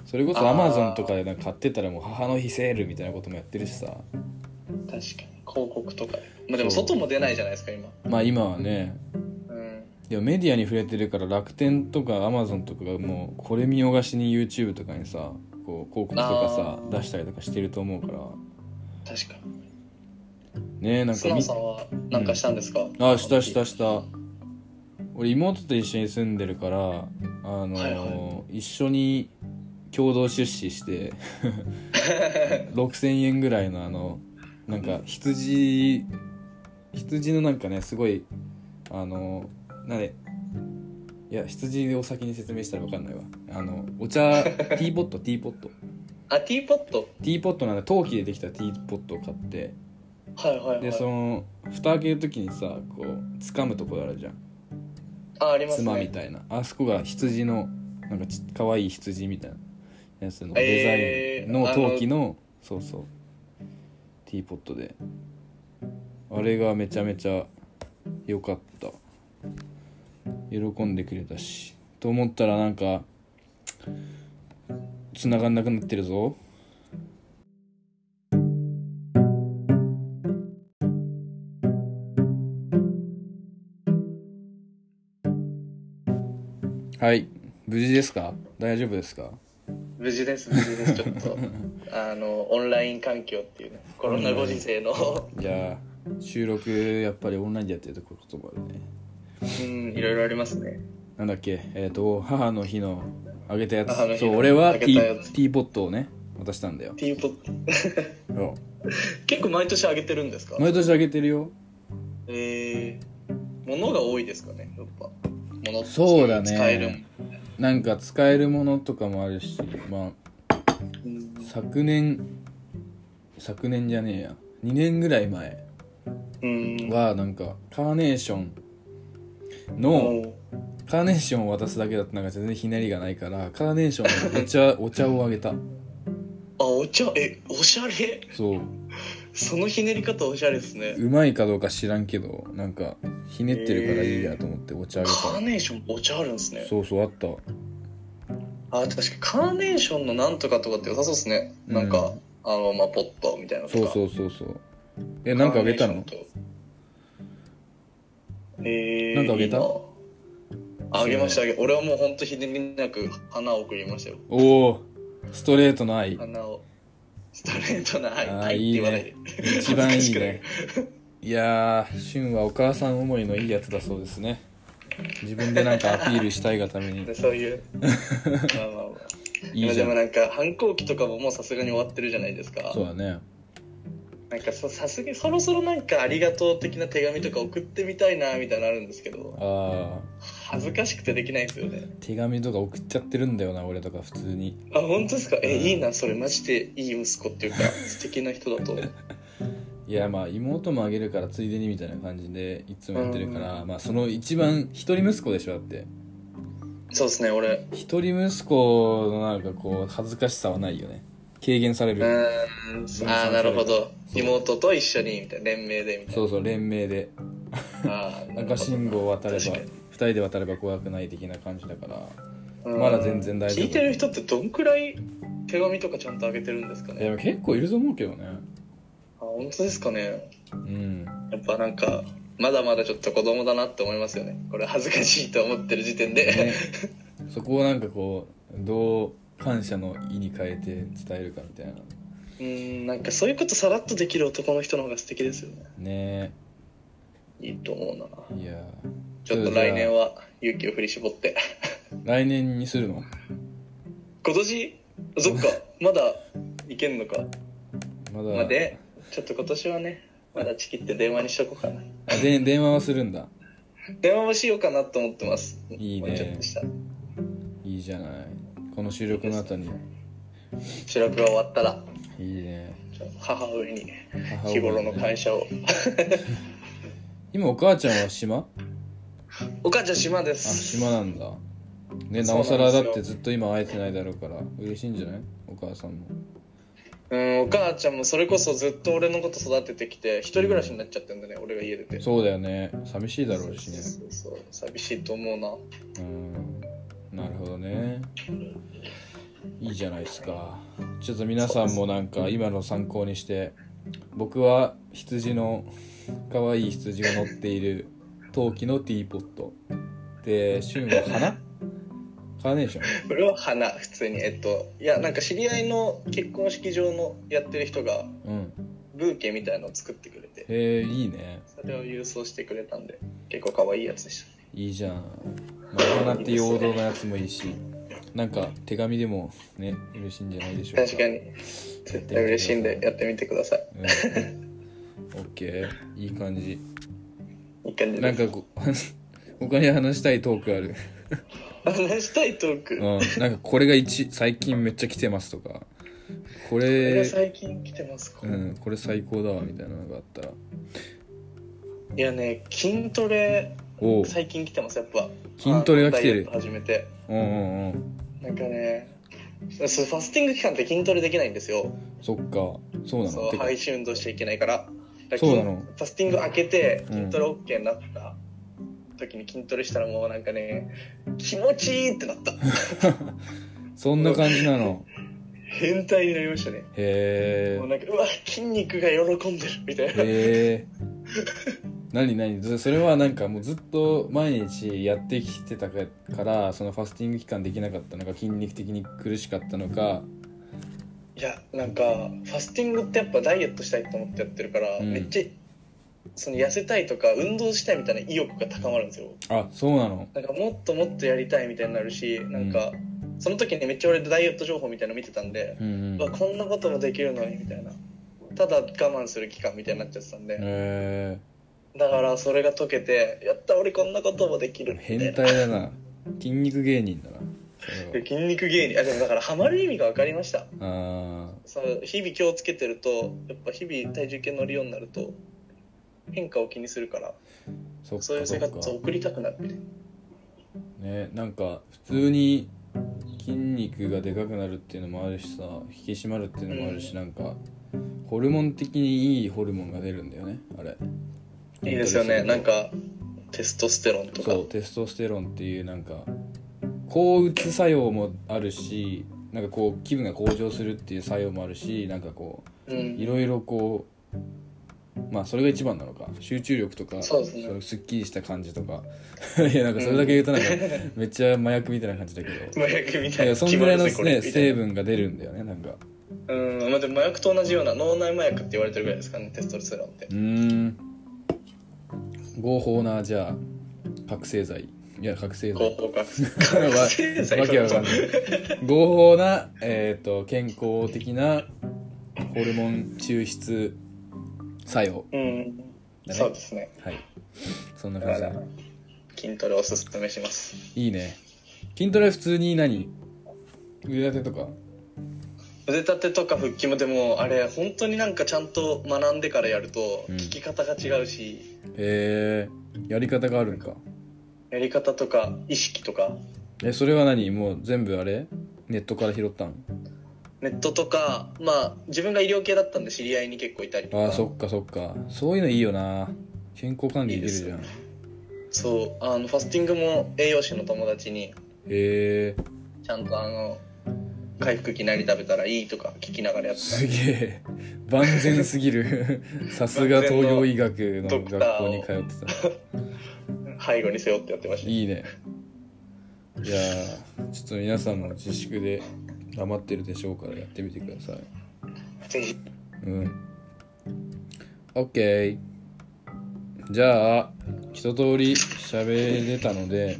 S1: それこそア
S2: あ
S1: マ
S2: ー
S1: ゾンとかでなんか買ってたらもう母の日セールみたいなこともやってるしさ
S2: 確かに広告とかまあでも
S1: そう
S2: 外も出ないじゃないですか今
S1: まあ今はね
S2: うん
S1: でもメディアに触れてるから楽天とかアマゾンとかがもうこれ見逃しに YouTube とかにさこう広告とか
S2: あ
S1: さ出したりとかしてると思うから
S2: 確かに
S1: ねえなん
S2: 素
S1: かみ
S2: 直さんは何かしたんですか、
S1: あしたしたした俺妹と一緒に住んでるからあのー
S2: はい
S1: 一緒に共同出資して 6,000円ぐらいのあのなんか羊羊のなんかねすごいあのなんでいや羊を先に説明したら分かんないわあのお 茶ティーポットティーポット
S2: あティーポット
S1: ティーポットなんか陶器でできたティーポットを買って
S2: はいはいはい
S1: でその蓋開ける時にさこう掴むところあるじゃん
S2: ああります
S1: 妻み
S2: ね
S1: たいなあそこが羊のなんかち可愛い羊みたいなやつのデ
S2: え
S1: ザイ
S2: ー
S1: ンの陶器の,、そうそうティーポットであれがめちゃめちゃ良かった喜んでくれたしと思ったらなんか繋がんなくなってるぞはい無事ですか大丈夫ですか
S2: 無事です無事ですちょっ とあのオンライン環境っていうねコロナご時世の
S1: いやー収録やっぱりオンラインでやってるとここともあるね
S2: うんいろいろありますね
S1: なんだっけえっ、と母の日のあげたや
S2: 母の
S1: つ
S2: 日の
S1: そう俺は
S2: あ
S1: テ
S2: げたや
S1: ィ
S2: つ
S1: ーティーポットをね渡したんだよ
S2: ティーポッ
S1: そう
S2: ト 結構毎年あげてるんですか
S1: 毎年あげてるよ
S2: えー、物が多いですかねやっぱ物って
S1: そうだね
S2: 使える
S1: なんか使えるものとかもあるしまあ
S2: うん
S1: 昨年昨年じゃねえや2年ぐらい前
S2: うん
S1: はなんかカーネーションの
S2: も
S1: カーネーションを渡すだけだとなんか全然ひねりがないからカーネーションのお茶お茶をあげた
S2: うあお茶えおしゃれ
S1: そう
S2: そのひねり方おしゃれですね
S1: うまいかどうか知らんけどなんかひねってるからいいやと思ってお茶あげ
S2: カー
S1: た、
S2: ネーションお茶あるんですね
S1: そうそうあった
S2: あ確かにカーネーションのなんとかとかって良さそうですね、
S1: うん
S2: なんかあのまあポットみたいなのと
S1: そう
S2: か
S1: そうそうそうえなんかあげたの
S2: カーネーションとえー、
S1: なんかあげた
S2: いいなあげましたあげ俺はもうほんとひねりなく花を送りましたよ
S1: おおストレートの愛
S2: 花をストレートな愛
S1: あー
S2: 愛って言わないで
S1: い一番いいね
S2: ね
S1: いやーシュンはお母さん思いのいいやつだそうですね自分でなんかアピールしたいがた めに
S2: そういう まあまあまあ
S1: いいじゃ
S2: でも
S1: ん
S2: なんか反抗期とかももうさすがに終わってるじゃないですか
S1: そうだね
S2: なんかそさすがにそろそろなんかありがとう的な手紙とか送ってみたいなみたいなのあるんですけど
S1: あ
S2: 恥ずかしくてできないんですよね
S1: ー手紙とか送っちゃってるんだよな俺とか普通に
S2: あ本当ですかえいいなそれマジでいい息子っていうか素敵な人 だと
S1: いやまあ妹もあげるからついでにみたいな感じでいつもやってるから、まあその一番一人息子でしょだって
S2: そうですね俺
S1: 一人息子のなんかこう恥ずかしさはないよね軽減され
S2: う
S1: る、
S2: ーんああなるほど
S1: そう
S2: 妹と一緒にみたいな連名でみたい
S1: そうそう連名で
S2: なあーなるほど
S1: 赤信号渡れば
S2: 確か
S1: 2人で渡れば怖くない的な感じだから
S2: にうん
S1: まだ全然大丈夫
S2: 聞いてる人ってどんくらい手紙とかちゃんとあげてるんですか
S1: いや
S2: ね
S1: でも結構いると思うけどね
S2: あ本当ですかね
S1: うん
S2: やっぱなんかまだまだちょっと子供だなって思いますよねこれ恥ずかしいと思ってる時点で
S1: ね、そこをなんかこうどう感謝の意に変えて伝えるかみたいな
S2: うーんなんかそういうことさらっとできる男の人の方が素敵ですよね
S1: ね
S2: いいと思うな
S1: えいや
S2: ちょっと来年
S1: は
S2: は勇気を振り絞って
S1: 来年にするの
S2: 今年そっ かまだいけんのか
S1: まだ
S2: まあでちょっと今年はねまだちきって電話にしとこうかな
S1: あで電話はするんだ
S2: 電話もしようかなと思ってます
S1: いいね
S2: もうちょっとした
S1: いいじゃないこの収録の後に
S2: 収録が終わったら
S1: いいね
S2: ちょっと母上に
S1: 母
S2: 日頃
S1: 親
S2: の感謝を
S1: 今お母ちゃんは島
S2: お母ちゃん島で
S1: あ
S2: す
S1: 島なんだねなおさらだってずっと今会えてないだろうから嬉しいんじゃないお母さんも
S2: うんお母ちゃんもそれこそずっと俺のこと育ててきて一人暮らしになっちゃってんだね俺が家出て
S1: そうだよね寂しいだろうしね
S2: そうそう寂しいと思うな
S1: うんなるほどねいいじゃないですかちょっと皆さんもなんか今の参考にして僕は羊の可愛い羊が乗っている陶器のティーポットで旬は花カーネーション
S2: これは花普通にえっといやなんか知り合いの結婚式場のやってる人が
S1: うん
S2: ブーケみたいのを作ってくれて
S1: へえいいね
S2: それを郵送してくれたんで結構可愛いやつでし
S1: いいじゃん、まあ、花っていう王道のやつもいいしなんか手紙でもね嬉しいんじゃないでしょう
S2: た
S1: か
S2: 確かに絶対嬉しいんでやってみてください
S1: うん OK いい感じ
S2: いい感じ
S1: な
S2: で
S1: ん
S2: す
S1: かこ 他に話したいトークある、
S2: 話したいトーク、
S1: うん、なんかこれが一最近めっちゃ来てますとかこ
S2: これが
S1: れ
S2: 最近来てますか、
S1: うん、これ最高だわみたいなのがあったら
S2: いやね筋トレ
S1: おう
S2: 最近来てますやっぱ
S1: 筋トレが来てる
S2: あのダイエット始めて
S1: うんうんうん
S2: なんかねそうファスティング期間って筋トレできないんですよ
S1: そっかそうなの
S2: そう
S1: てか
S2: 配信運動しちゃいけないからだか
S1: そ
S2: ら
S1: うなの
S2: 筋ファスティング開けて
S1: うん
S2: 筋トレ OK になった時に筋トレしたらもうなんかね気持ちいいってなった
S1: そんな感じなの
S2: 変態になりましたね
S1: へ
S2: もうなんかうわ筋肉が喜んでるみたい
S1: え
S2: な
S1: へえ何何そそれはなんかもうずっと毎日やってきてたかからそのファスティング期間できなかったのか筋肉的に苦しかったのか
S2: いやなんかファスティングってやっぱダイエットしたいと思ってやってるから、
S1: うん
S2: めっちゃその痩せたいとか運動したいみたいな意欲が高まるんですよ
S1: あそうなの
S2: なんかもっともっとやりたいみたいになるしなんか、その時にめっちゃ俺ダイエット情報みたいなの見てたんで、
S1: うん
S2: う
S1: う
S2: わ
S1: ん
S2: こんなこともできるのにみたいなただ我慢する期間みたいになっちゃってたんで、
S1: え
S2: だからそれが解けてやった俺こんなこともできる
S1: ー、
S2: みたい
S1: 変
S2: な
S1: 態だな筋肉芸人だなそれ
S2: で筋肉芸人あでもだからハマる意味が分かりました
S1: はあ
S2: その日々気をつけてるとやっぱ日々体重計乗るようになると変化を気にするから
S1: ーそっか
S2: そういう
S1: そ
S2: 生
S1: っか
S2: 活を送りたくなるみたいな
S1: ねなんか普通に筋肉がでかくなるっていうのもあるしさ引き締まるっていうのもあるし、
S2: うん
S1: なんかホルモン的にいいホルモンが出るんだよねあれ
S2: いいですよね
S1: 筋トレすると
S2: なんかテストステロンとか
S1: そうテストステロンっていうなんか抗うつ作用もあるしなんかこう気分が向上するっていう作用もあるしなんかこ
S2: う
S1: うい
S2: ん
S1: ろいろこうまあそれが一番なのか集中力とか
S2: そうですね
S1: のすっきりした感じとか いやなんかそれだけ言うとなん か、めっちゃ麻薬みたいな感じだけど
S2: 麻薬みた
S1: い
S2: いな
S1: やそんぐらいの、
S2: 決まるぜこれ
S1: ね、
S2: みたい
S1: 成
S2: な
S1: 分が出るんだよねなんか
S2: うんまあでも麻薬と同じような脳内麻薬って言われてるぐらいですかねテストステロンって
S1: うーん合法なじゃあ覚醒剤いや覚醒
S2: 合
S1: 剤
S2: 法覚醒 剤
S1: わけわかんない合法な、えー、と健康的なホルモン抽出作用
S2: うん
S1: だね
S2: そうですね
S1: はいそんな
S2: だ
S1: 感
S2: か
S1: じだ
S2: ら
S1: ね
S2: 筋トレおすすめします
S1: いいね筋トレ普通に何腕立てとか
S2: 腕立てとか腹筋もでもあれ本当になんかちゃんと学んでからやると
S1: うん
S2: 聞き方が違うし、
S1: えー、やり方があるんか
S2: やり方とか意識とか
S1: えそれは何もう全部あれネットから拾ったん
S2: ネットとかまあ自分が医療系だったんで知り合いに結構いたりと
S1: あ
S2: か
S1: あそっかそっかそういうのいいよな健康管理できるじゃん
S2: いいそうあのファスティングも栄養士の友達に
S1: へえ
S2: ちゃんとあの回復期何食べたらいいとか聞きながらやって
S1: すげえ万全すぎ るさすが東洋医学の
S2: ド
S1: 学
S2: クター
S1: 校
S2: を
S1: に通ってた
S2: た背後に背負ってやってました
S1: いいねいやーちょっと皆さんも自粛で黙ってるでしょうからやってみてください
S2: ぜひ
S1: うん。OK。じゃあ、一通り喋れたので、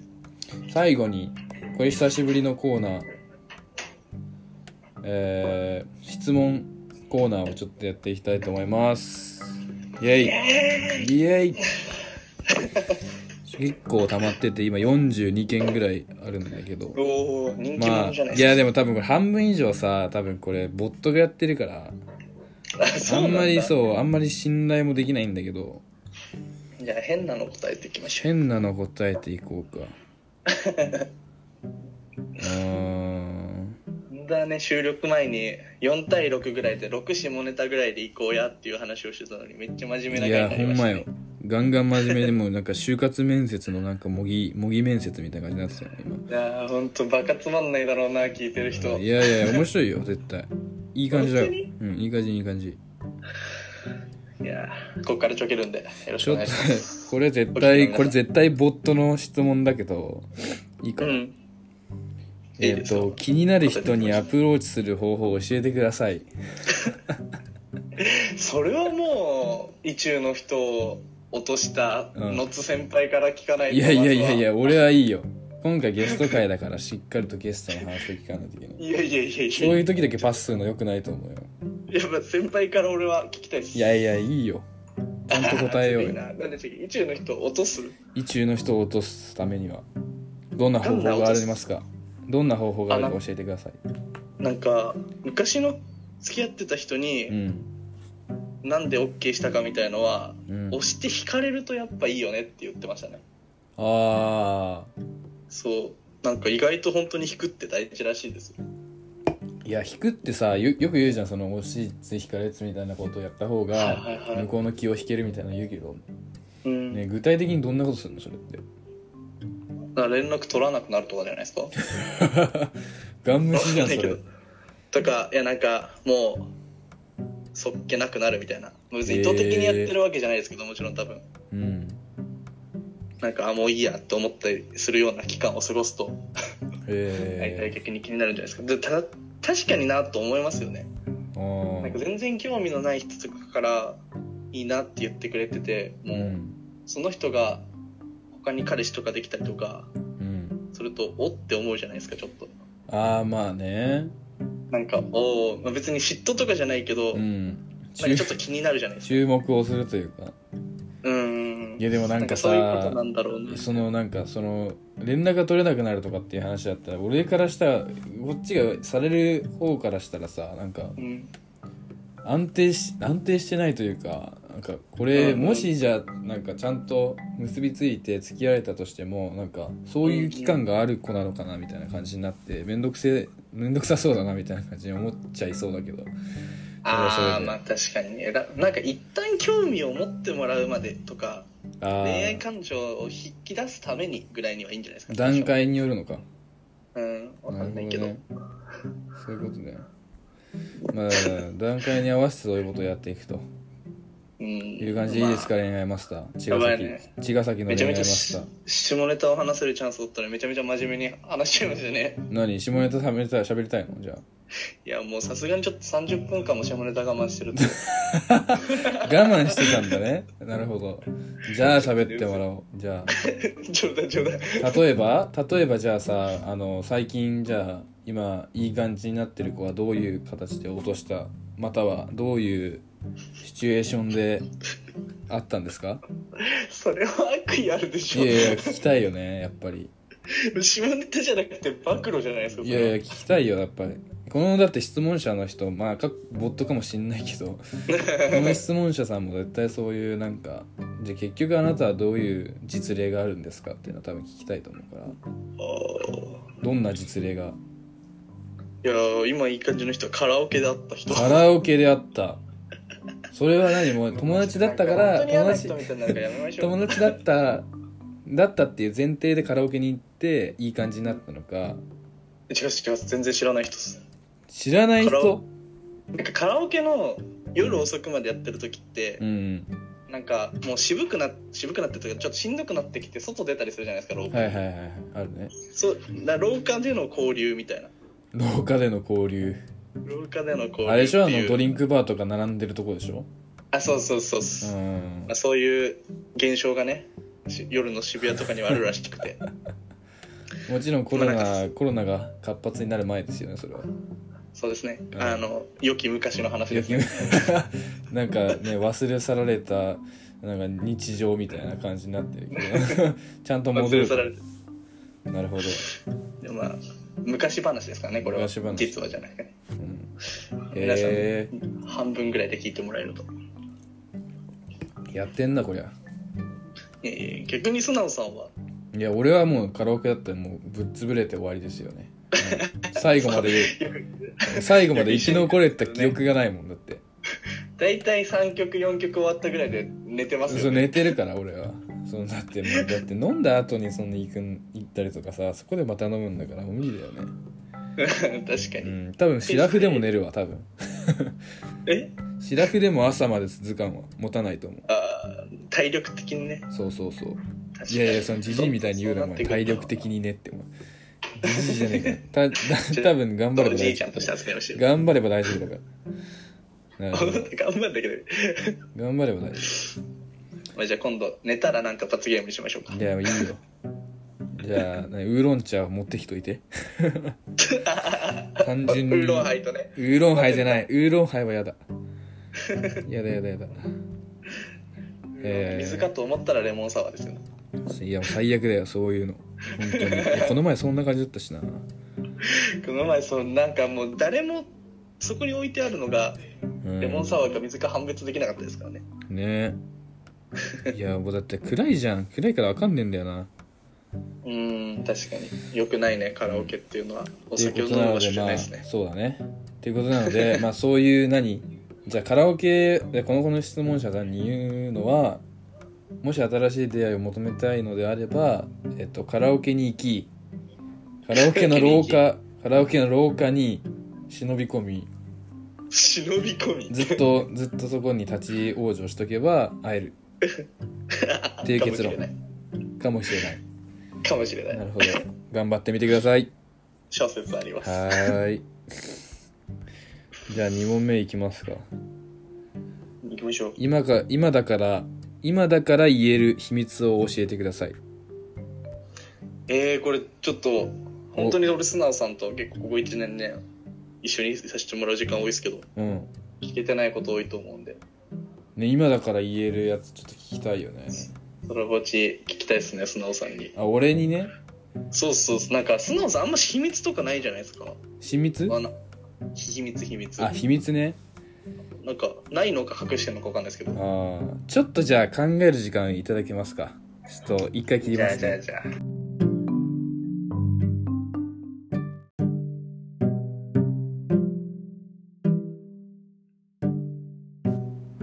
S1: 最後に、これ久しぶりのコーナー、えー、質問コーナーをちょっとやっていきたいと思います。イェイイェイ結構溜まってて、今42件ぐらいあるんだけど。
S2: おお人気
S1: まあ、
S2: 者じゃない
S1: いやで
S2: も
S1: も多分これ半分以上さ多分これボットがやってるから あんまり
S2: う
S1: そうあんまり信頼もできないんだけど
S2: なんだじゃあ変なの答えていきましょ
S1: 変なの答えていこ うかうーん
S2: うだね収録前に4対6ぐらいで6下ネタぐらいで行こうやっていう話をしてたのにめっちゃ真面目ない回
S1: や
S2: にな
S1: ほ
S2: りま
S1: ん
S2: した
S1: ま
S2: ね
S1: よガンガン真面目でもうなんか就活面接のなんか模擬模擬面接みたいな感じになってたよね
S2: いやーほんとバカつまんないだろうな聞いてる人
S1: 今いやいや面白いよ絶対いい感じだよ
S2: 本
S1: うんいい感じいい感じ
S2: いやーこっからちょけるんでよろし
S1: ち
S2: く
S1: ょ
S2: お
S1: っ
S2: 願
S1: と
S2: いします
S1: これ絶
S2: お聞きの皆
S1: 対
S2: さん
S1: これ絶対ボットの質問だけどいいか
S2: う
S1: な、
S2: んい
S1: え
S2: い
S1: っ、
S2: ですか
S1: と気になる人にアプローチする方法を教えてください
S2: それはもう意中の人を落とした
S1: うん
S2: ノッツ先輩から聞かないと
S1: いやいやいやい
S2: ま
S1: や俺はいいよ今回ゲスト会だからしっかりとゲストの話を聞かないといけない
S2: ずはいやいやいやい
S1: そう
S2: や
S1: いう時だけパスするの良くないと思うよ
S2: やっぱ先輩から俺は聞きたいです
S1: いやいやいいよちゃんと答えよう
S2: いい
S1: よ
S2: ななんで次意中の人を落とす
S1: 意中の人を落とすためにはどんな方法がありますかどんな方法があるか教えてください
S2: なんか昔の付き合ってた人
S1: う
S2: に
S1: ん
S2: なんで OK したかみたいのは、
S1: うん
S2: 押して引かれるとやっぱいいよねって言ってましたね
S1: ああ
S2: そうなんか意外と本当に引くって大事らしいですよ
S1: いや引くってさよよく言うじゃんその押しつ引かれつみたいなことをやった方
S2: はい
S1: が
S2: はいはい
S1: 向こうの気を引けるみたいなの言うけど、
S2: うん
S1: ね、具体的にどんなことするのそれって
S2: だから連絡取らなくなるとかじゃないですか
S1: ガン無視じゃんそ
S2: わ
S1: れ
S2: かんないけどとかいやなんかもうそっけなくなるみたいな別に意図的にやってるわけじゃないですけど、もちろん多分
S1: うん
S2: なんかあもういいやって思ったりするような期間を過ごすと
S1: へ
S2: 大体
S1: え
S2: 逆に気になるんじゃないですかでた確かになと思いますよね
S1: あ
S2: なん
S1: ー
S2: か全然興味のない人とかからいいなって言ってくれてて
S1: う
S2: もうんその人が他に彼氏とかできたりとか
S1: うん
S2: するとおって思うじゃないですかちょっと
S1: ああまあね
S2: なんかおお、まあ、別に嫉妬とかじゃないけど、
S1: う
S2: なんか
S1: ん
S2: ちょっと気になるじゃないですか
S1: 注目をするというか
S2: うんうんうん
S1: いやでもなんかさ
S2: そういうことなんだろうね
S1: そのなんかその連絡が取れなくなるとかっていう話だったら俺からしたらこっちがされる方からしたらさなんか
S2: うん
S1: 安定し安定してないというかなんかこれ
S2: うんうん
S1: もしじゃあなんかちゃんと結びついて付き合えたとしてもなんかそういう期間がある子なのかなみたいな感じになって面倒くせ面倒くさそうだなみたいな感じに思っちゃいそうだけどそれは
S2: あ
S1: それ
S2: あ
S1: で
S2: まあ確かにねだなんか一旦興味を持ってもらうまでとか
S1: あ
S2: 恋愛
S1: ー
S2: 感情を引き出すためにぐらいにはいいんじゃないですか
S1: 段階によるのか
S2: うんわかんないけど
S1: るほどねそういうことねまあ段階に合わせてそういうことをやっていくと
S2: うん
S1: いう感じでいいですか、恋愛マスター茅ヶ
S2: やば
S1: 崎、
S2: いね
S1: 茅ヶ崎の
S2: めち
S1: 恋
S2: ゃ
S1: 愛
S2: めち
S1: マ
S2: ゃ
S1: ス
S2: し
S1: ター
S2: 下ネタを話せるチャンスを取ったらめちゃめちゃ真面目に話しちゃいます よね
S1: 何下ネタ喋りたい喋りたいのじゃ
S2: いやもうさすがにちょっと30分間も下ネタ我慢して ると
S1: あ我慢してたんだねなるほどじゃあ喋ってもらおうじゃ
S2: 冗談冗談
S1: あ例えば例えばじゃあさあの最近じゃあ今いい感じになってる子はどういう形で落としたまたはどういうシチュエーションであったんですか
S2: それは悪意あるでし
S1: い
S2: ょ
S1: やいや聞きたいよねやっぱり
S2: 下ネタじゃなくて暴露じゃないですか
S1: い
S2: そ
S1: や
S2: れ
S1: いや聞きたいよやっぱりこのだって質問者の人まあかボットかもしんないけどこ の質問者さんも絶対そういうなんかじゃあ結局あなたはどういう実例があるんですかっていうのは多分聞きたいと思うからどんな実例が
S2: いや今いい感じの人カラオケで会った人
S1: カラオケであったそれは何もう友達だったから
S2: 本当に嫌
S1: 友
S2: な
S1: 達
S2: 人みたいになるからやめましょう
S1: 友達だっただったっていう前提でカラオケに行っていい感じになったのか
S2: 違う違う全然知らない人っす
S1: 知らない
S2: カラ
S1: 人
S2: オなんかカラオケの夜遅くまでやってる時って
S1: う、ん
S2: なんかもう渋くな渋くなってというかちょっとしんどくなってきて外出たりするじゃないですか廊下、
S1: はいはいはいはいあるね
S2: そうな廊下での交流みたいな
S1: 廊下での交流
S2: 廊下での交流っていう
S1: あれでしょあのドリンクバーとか並んでるとこでしょ
S2: あそうそうそう、
S1: う
S2: うんまあ、そういう現象がねし夜の渋谷とかにはあるらし くて
S1: もちろんコロ
S2: まあ
S1: ナコロナが活発になる前ですよねそれは
S2: そうですね、
S1: ん
S2: あの良き昔の話ですね
S1: なんかね忘れ去られたなんか日常みたいな感じになってるけど ちゃんと
S2: まあ
S1: 戻
S2: 連れ去ら
S1: る
S2: れて
S1: なるほど、
S2: でまあ昔話ですからねこれは
S1: 昔話
S2: 実はじゃないかね
S1: うん、
S2: 皆さん
S1: え
S2: 半分ぐらいで聞いてもらえると
S1: ー、やってんなこりゃ
S2: いやいや逆に素直さんはい
S1: や俺はもうカラオケだったらもうぶっ潰れて終わりですよね、うん最後ま で最後まで生き残れた記憶がないもんだって
S2: 大体3曲4曲終わったぐらいで寝てます
S1: そ
S2: よ
S1: う
S2: ね
S1: 寝てるから俺はそのだってもうだって飲んだ後にそんな行くん行ったりとかさそこでまた飲むんだからもう無理だよね
S2: 確か
S1: う
S2: に
S1: ん多分シラフでも寝るわ多分
S2: え
S1: シラフでも朝まで続かんわ持たないと思う
S2: あー体力的にね
S1: そうそうそう
S2: 確かに
S1: いやいやそのじじいみたいに言うの
S2: そう
S1: も
S2: なってくる
S1: 体力的にねって思うじじいじゃねえからたた多分頑張れ
S2: お
S1: ば
S2: じ
S1: 大
S2: いち
S1: 丈
S2: ゃんとして扱いをして
S1: 夫
S2: る
S1: 頑張れば大丈夫だからなるほ
S2: 頑
S1: ど
S2: 張んだけど
S1: 頑張れば大丈
S2: まあじゃあ今度寝たらなんか罰ゲームにしましょうか
S1: 夫いやいいよじゃあ、ね、ウーロン茶持ってきといて単純に
S2: ウーロンハイとね
S1: ウーロンハイじゃない。ウーロンハイはやだ。 やだやだやだ。えー
S2: 水かと思ったらレモンサワーですよ
S1: いや、もう最悪だよ、そういうの。本当に。いやこの前そんな感じだったしな。
S2: この前そのなんかもう誰もそこに置いてあるのが
S1: うん、
S2: レモンサワーか水か判別できなかったですからね
S1: ねえ。いや、もうだって暗いじゃん。暗いからわかんねえんだよな。
S2: うーん確かによくないねカラオケっていうのはお
S1: っていう
S2: 酒
S1: こ
S2: を
S1: と
S2: 飲
S1: な
S2: む
S1: の
S2: 場所
S1: で、
S2: じゃ
S1: ま
S2: ない
S1: あ、
S2: ですね
S1: そうだね。っていうことなので、まあそういう何、じゃあカラオケでこの子の質問者さんに言うのは、もし新しい出会いを求めたいのであれば、えっと、カラオケに行き、カラオケの廊下、カラオケの廊下に忍び込み、
S2: 忍び込み
S1: ずっと ずっとそこに立ち往生しとけば会えるっていう結論
S2: かもしれない
S1: かもしれない
S2: かもしれない
S1: なるほど頑張ってみてください
S2: 小説あります
S1: はーいじゃあ2問目いきますか
S2: 行きましょう
S1: 今か今だから今だから言える秘密を教えてください
S2: えー、これちょっと本当に俺素直さんと結構ここ1年ね一緒にさせてもらう時間多いですけど
S1: うん
S2: 聞けてないこと多いと思うんで
S1: ね今だから言えるやつちょっと聞きたいよね
S2: そのぼち聞きたいですね素直さんに
S1: あ俺にね
S2: そうそうなんか素直さんあんま秘密とかないじゃないですか
S1: 秘密
S2: あな秘密秘密
S1: あ秘密ね
S2: なんかないのか隠してるのかわかんないですけど
S1: あーちょっとじゃあ考える時間いただけますかちょっと一回切り
S2: じ
S1: ま
S2: ゃあ
S1: す
S2: じゃあ
S1: ね
S2: じゃあ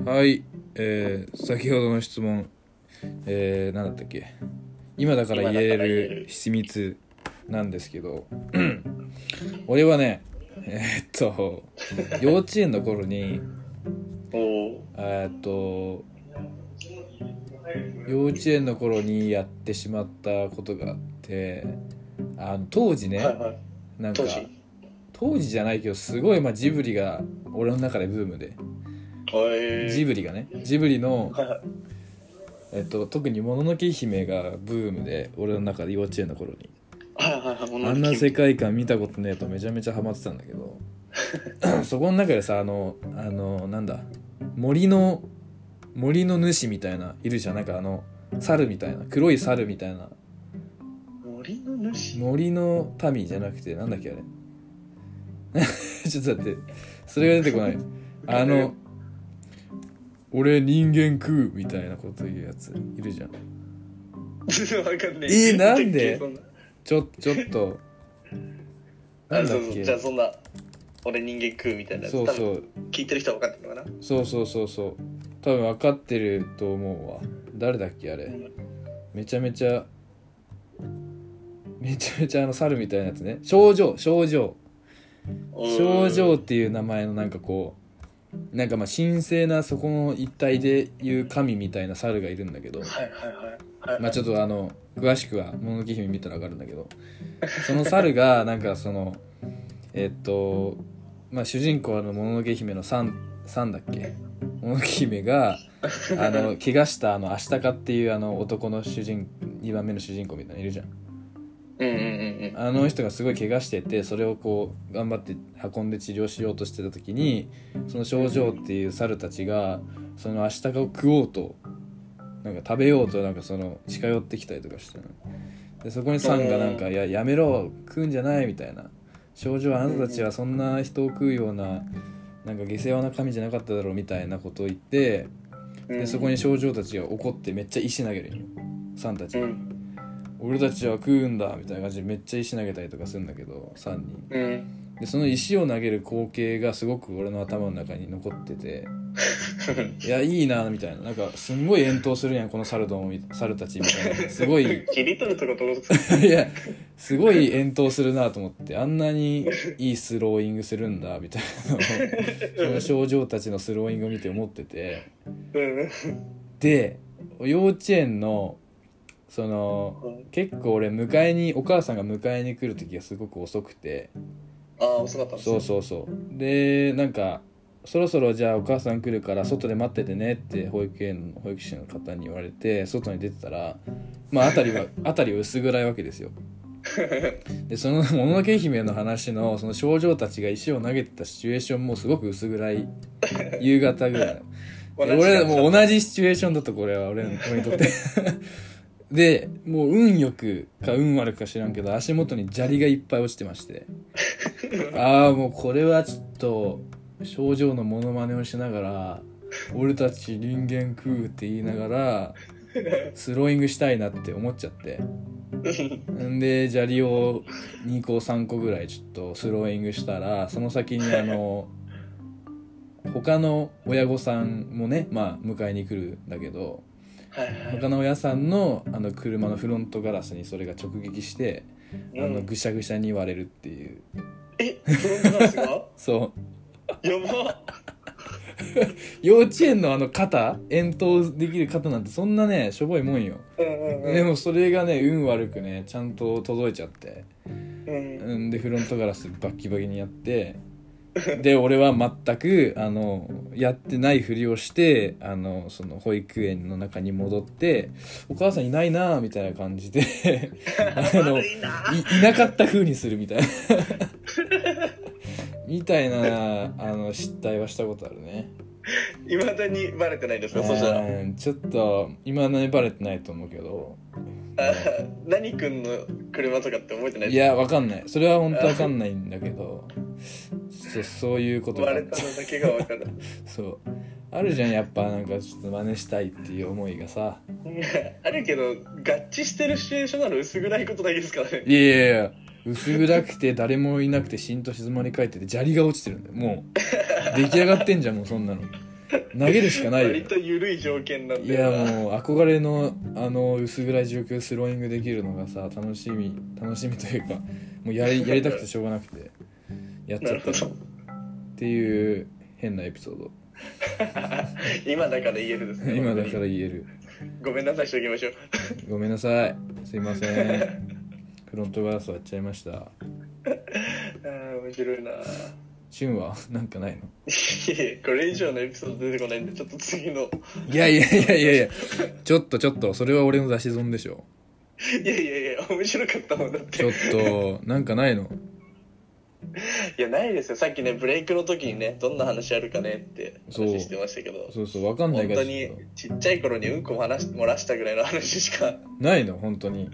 S1: はいえー、先ほどの質問えー、何だったっけ今だから言え
S2: 今だから言え
S1: る
S2: る
S1: 秘密なんですけど俺はねえーっと幼稚園の頃に
S2: おお
S1: えーっと幼稚園の頃にやってしまったことがあってあの当時ね、
S2: はいはい
S1: なんか
S2: 当時
S1: 当時じゃないけどすごいまあジブリが俺の中でブームで
S2: えー
S1: ジブリがねジブリの、
S2: はいはい
S1: えっと、特に「もののけ姫」がブームで俺の中で幼稚園の頃に
S2: はいはいはいもう
S1: あんな世界観見たことねえとめちゃめちゃハマってたんだけどそこの中でさあのあのなんだ森の森の主みたいないるじゃんなんかあの猿みたいな黒い猿みたいな
S2: 森の主
S1: 森の民じゃなくてなんだっけあれ ちょっと待ってそれが出てこないあの「俺人間食う」みたいなこと言うやついるじゃん
S2: わかんね
S1: えーなんで
S2: そな
S1: ちょちょっと なん
S2: あ
S1: だ
S2: そ
S1: っ
S2: うそう
S1: け
S2: じゃあそんな俺人間食うみたいなやつ
S1: そう
S2: 多
S1: そ
S2: 分
S1: う
S2: 聞いてる人は分かってるのかな
S1: そうそうそうそう多分分かってると思うわ誰だっけあれめちゃめちゃめちゃめちゃあの猿みたいなやつね症状症状症状っていう名前のなんかこうなんかまあ神聖なそこの一帯でいう神みたいな猿がいるんだけど
S2: はいはいはいはい
S1: まあちょっとあの詳しくは「もののけ姫」見たら分かるんだけどその猿がなんかそのえっとまあ主人公の「もののけ姫」のサンサンだっけもののけ姫があの怪我したあのアシタカっていうあの男の主人2番目の主人公みたいなのいるじゃん
S2: うんうんうん
S1: あの人がすごい怪我しててそれをこう頑張って運んで治療しようとしてた時にその症状っていう猿たちがそのアシタカを食おうとなんか食べようとなんかその近寄ってきたりとかしてでそこにサンがなんか「いややめろ食うんじゃない」みたいな「症状あなたたちはそんな人を食うようななんか下世話な神じゃなかっただろ」うみたいなことを言って
S2: うん
S1: でそこに症状たちが怒ってめっちゃ石投げるんよサンたち
S2: う
S1: が。
S2: ん
S1: 俺たちは食うんだみたいな感じでめっちゃ石投げたりとかするんだけど3人
S2: うん
S1: でその石を投げる光景がすごく俺の頭の中に残ってていやいいなみたいななんかすんごい遠投するやんこの猿どもみ猿たちみたいなすご い
S2: 切り取るとこどうぞ
S1: いやすごい遠投するなと思ってあんなにいいスローイングするんだみたいなのをその少女たちのスローイングを見て思ってて。
S2: うん
S1: で幼稚園のその
S2: うん
S1: 結構俺迎えにお母さんが迎えに来る時がすごく遅くて
S2: ああ遅かったんです
S1: そうそうそうでなんかそろそろじゃあお母さん来るから外で待っててねって保育園の保育士の方に言われて外に出てたらまあ辺りは辺りは薄暗いわけですよでその「もののけ姫」の話のその少女たちが石を投げてたシチュエーションもすごく薄暗い夕方ぐらい
S2: 同じ
S1: 俺もう同
S2: 感
S1: じシチュエーションだとこれは俺 の俺にとって でもう運よくか運悪くか知らんけど足元に砂利がいっぱい落ちてまして ああもうこれはちょっと症状のモノマネをしながら俺たち人間食うって言いながらスローイングしたいなって思っちゃって
S2: じうん
S1: んで砂利を2個3個ぐらいちょっとスローイングしたらその先にあの他の親御さんもねまあ迎えに来るんだけど
S2: はいはい
S1: 他の親さんのあの車のフロントガラスにそれが直撃してあ
S2: う
S1: の
S2: ん
S1: ぐしゃぐしゃに割れるっていう
S2: えフロントガラスが
S1: そう
S2: やば
S1: 幼稚園のあの肩遠投できる肩なんてそんなねしょぼいもんよ、
S2: うんうんう ん
S1: でもそれがね運悪くねちゃんと届いちゃって
S2: うん
S1: うんでフロントガラスバッキバキにやってで俺は全くあのやってないふりをしてあのその保育園の中に戻ってお母さんいないなぁみたいな感じであのい
S2: 悪いない
S1: なかった風にするみたいなみたいなあの失態はしたことあるね
S2: いまだにバレてないですかそしたら
S1: うんちょっと今のにバレてないと思うけど
S2: あー何君の車とかって覚えてない
S1: い
S2: です
S1: やわかんないそれは本当わかんないんだけどそそういうことが
S2: かバ
S1: あ
S2: レ
S1: った
S2: のだけが分かる
S1: そうあるじゃんやっぱなんかちょっと真似したいっていう思いがさ
S2: あるけど合致してるシチュエーションなら薄暗いことだけですからね
S1: いやいやいや薄暗くて誰もいなくてしんと静まり返ってて砂利が落ちてるんだよもう出来上がってんじゃんもうそんなの投げるしかないよ
S2: 割と緩い条件なん
S1: い
S2: で
S1: やもう憧れのあの薄暗い状況でスローイングできるのがさ楽しみ楽しみというかもうやりやりたくてしょうがなくてやっち
S2: な
S1: ゃ
S2: る
S1: っ
S2: ほ
S1: た
S2: ど
S1: っていう変なエピソー
S2: 今だから言えるです
S1: ド
S2: ね
S1: 今だから言える
S2: ごめんなさいしておきましょう
S1: ごめんなさいすいませんフロントガラス割っちゃいました
S2: あー面白いな
S1: チュンはなんかないの
S2: いえいえこれ以上のエピソード出てこないんでちょっと次の
S1: いやいやいやいやいやちょっとちょっとそれは俺の出し損でしょ
S2: いやいやいや面白かったもんだっ
S1: ちょ
S2: て
S1: っとなんかないの
S2: いやないですよさっきねブレイクの時にねどんな話あるかねって
S1: そう
S2: 話してましたけど
S1: そうそうわかんない
S2: 本
S1: から
S2: 当
S1: ち
S2: に
S1: ょっと
S2: ちっちゃい頃にうんこを話し漏らしたぐらいの話しか
S1: ないの本当に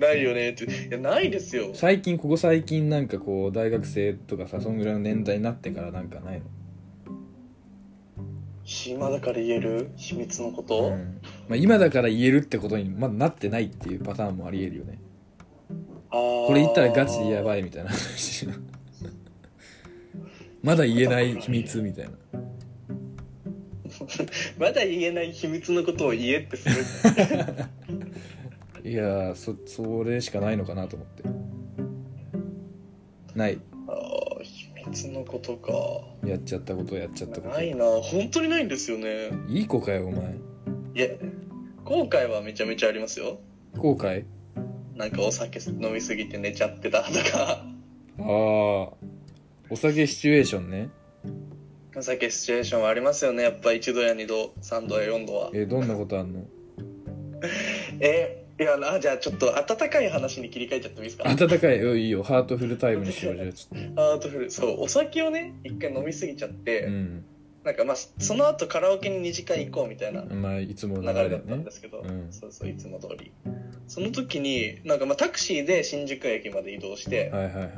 S2: ないよねっていやないですよ
S1: 最近ここ最近なんかこう大学生とかさそんぐらいの年代になってからなんかないの
S2: 今だから言える秘密のこと、
S1: うんまあ、今だから言えるってことにまだなってないっていうパターンもありえるよね
S2: こ
S1: これ言ったらガチでや
S2: い
S1: ばいみたいな 話まだ言えない秘密みたいな
S2: まだ言えない秘密のことを言えってする
S1: いやーそそれしかないのかなと思ってない
S2: あー秘密のことか
S1: やっちゃったことやっちゃったこ
S2: ないな本当にないんですよね
S1: といい子かよお前
S2: いや後悔はめちゃめちゃありますよ
S1: 後悔
S2: なんかお酒飲みすぎて寝ちゃってたとか
S1: ああお酒シチュエーションね
S2: お酒シチュエーションはありますよねやっぱ一度や二度三度や四度は
S1: えどんなことあんの
S2: えいやあじゃあちょっと温かい話に切り替えちゃってもいいですか
S1: 温 かいよいいよハートフルタイムにしようじゃあちょっ
S2: ハートフルそうお酒をね一回飲みすぎちゃって、
S1: とうん
S2: なんかまあその後カラオケに二次会行こうみたいな
S1: まあいつも
S2: 流
S1: の流れ
S2: れ
S1: だ
S2: だ
S1: よ
S2: ったん
S1: ね
S2: ですけど、
S1: うん
S2: そうそういつも通りその時になんかまあタクシーで新宿駅まで移動して、
S1: はいはいはい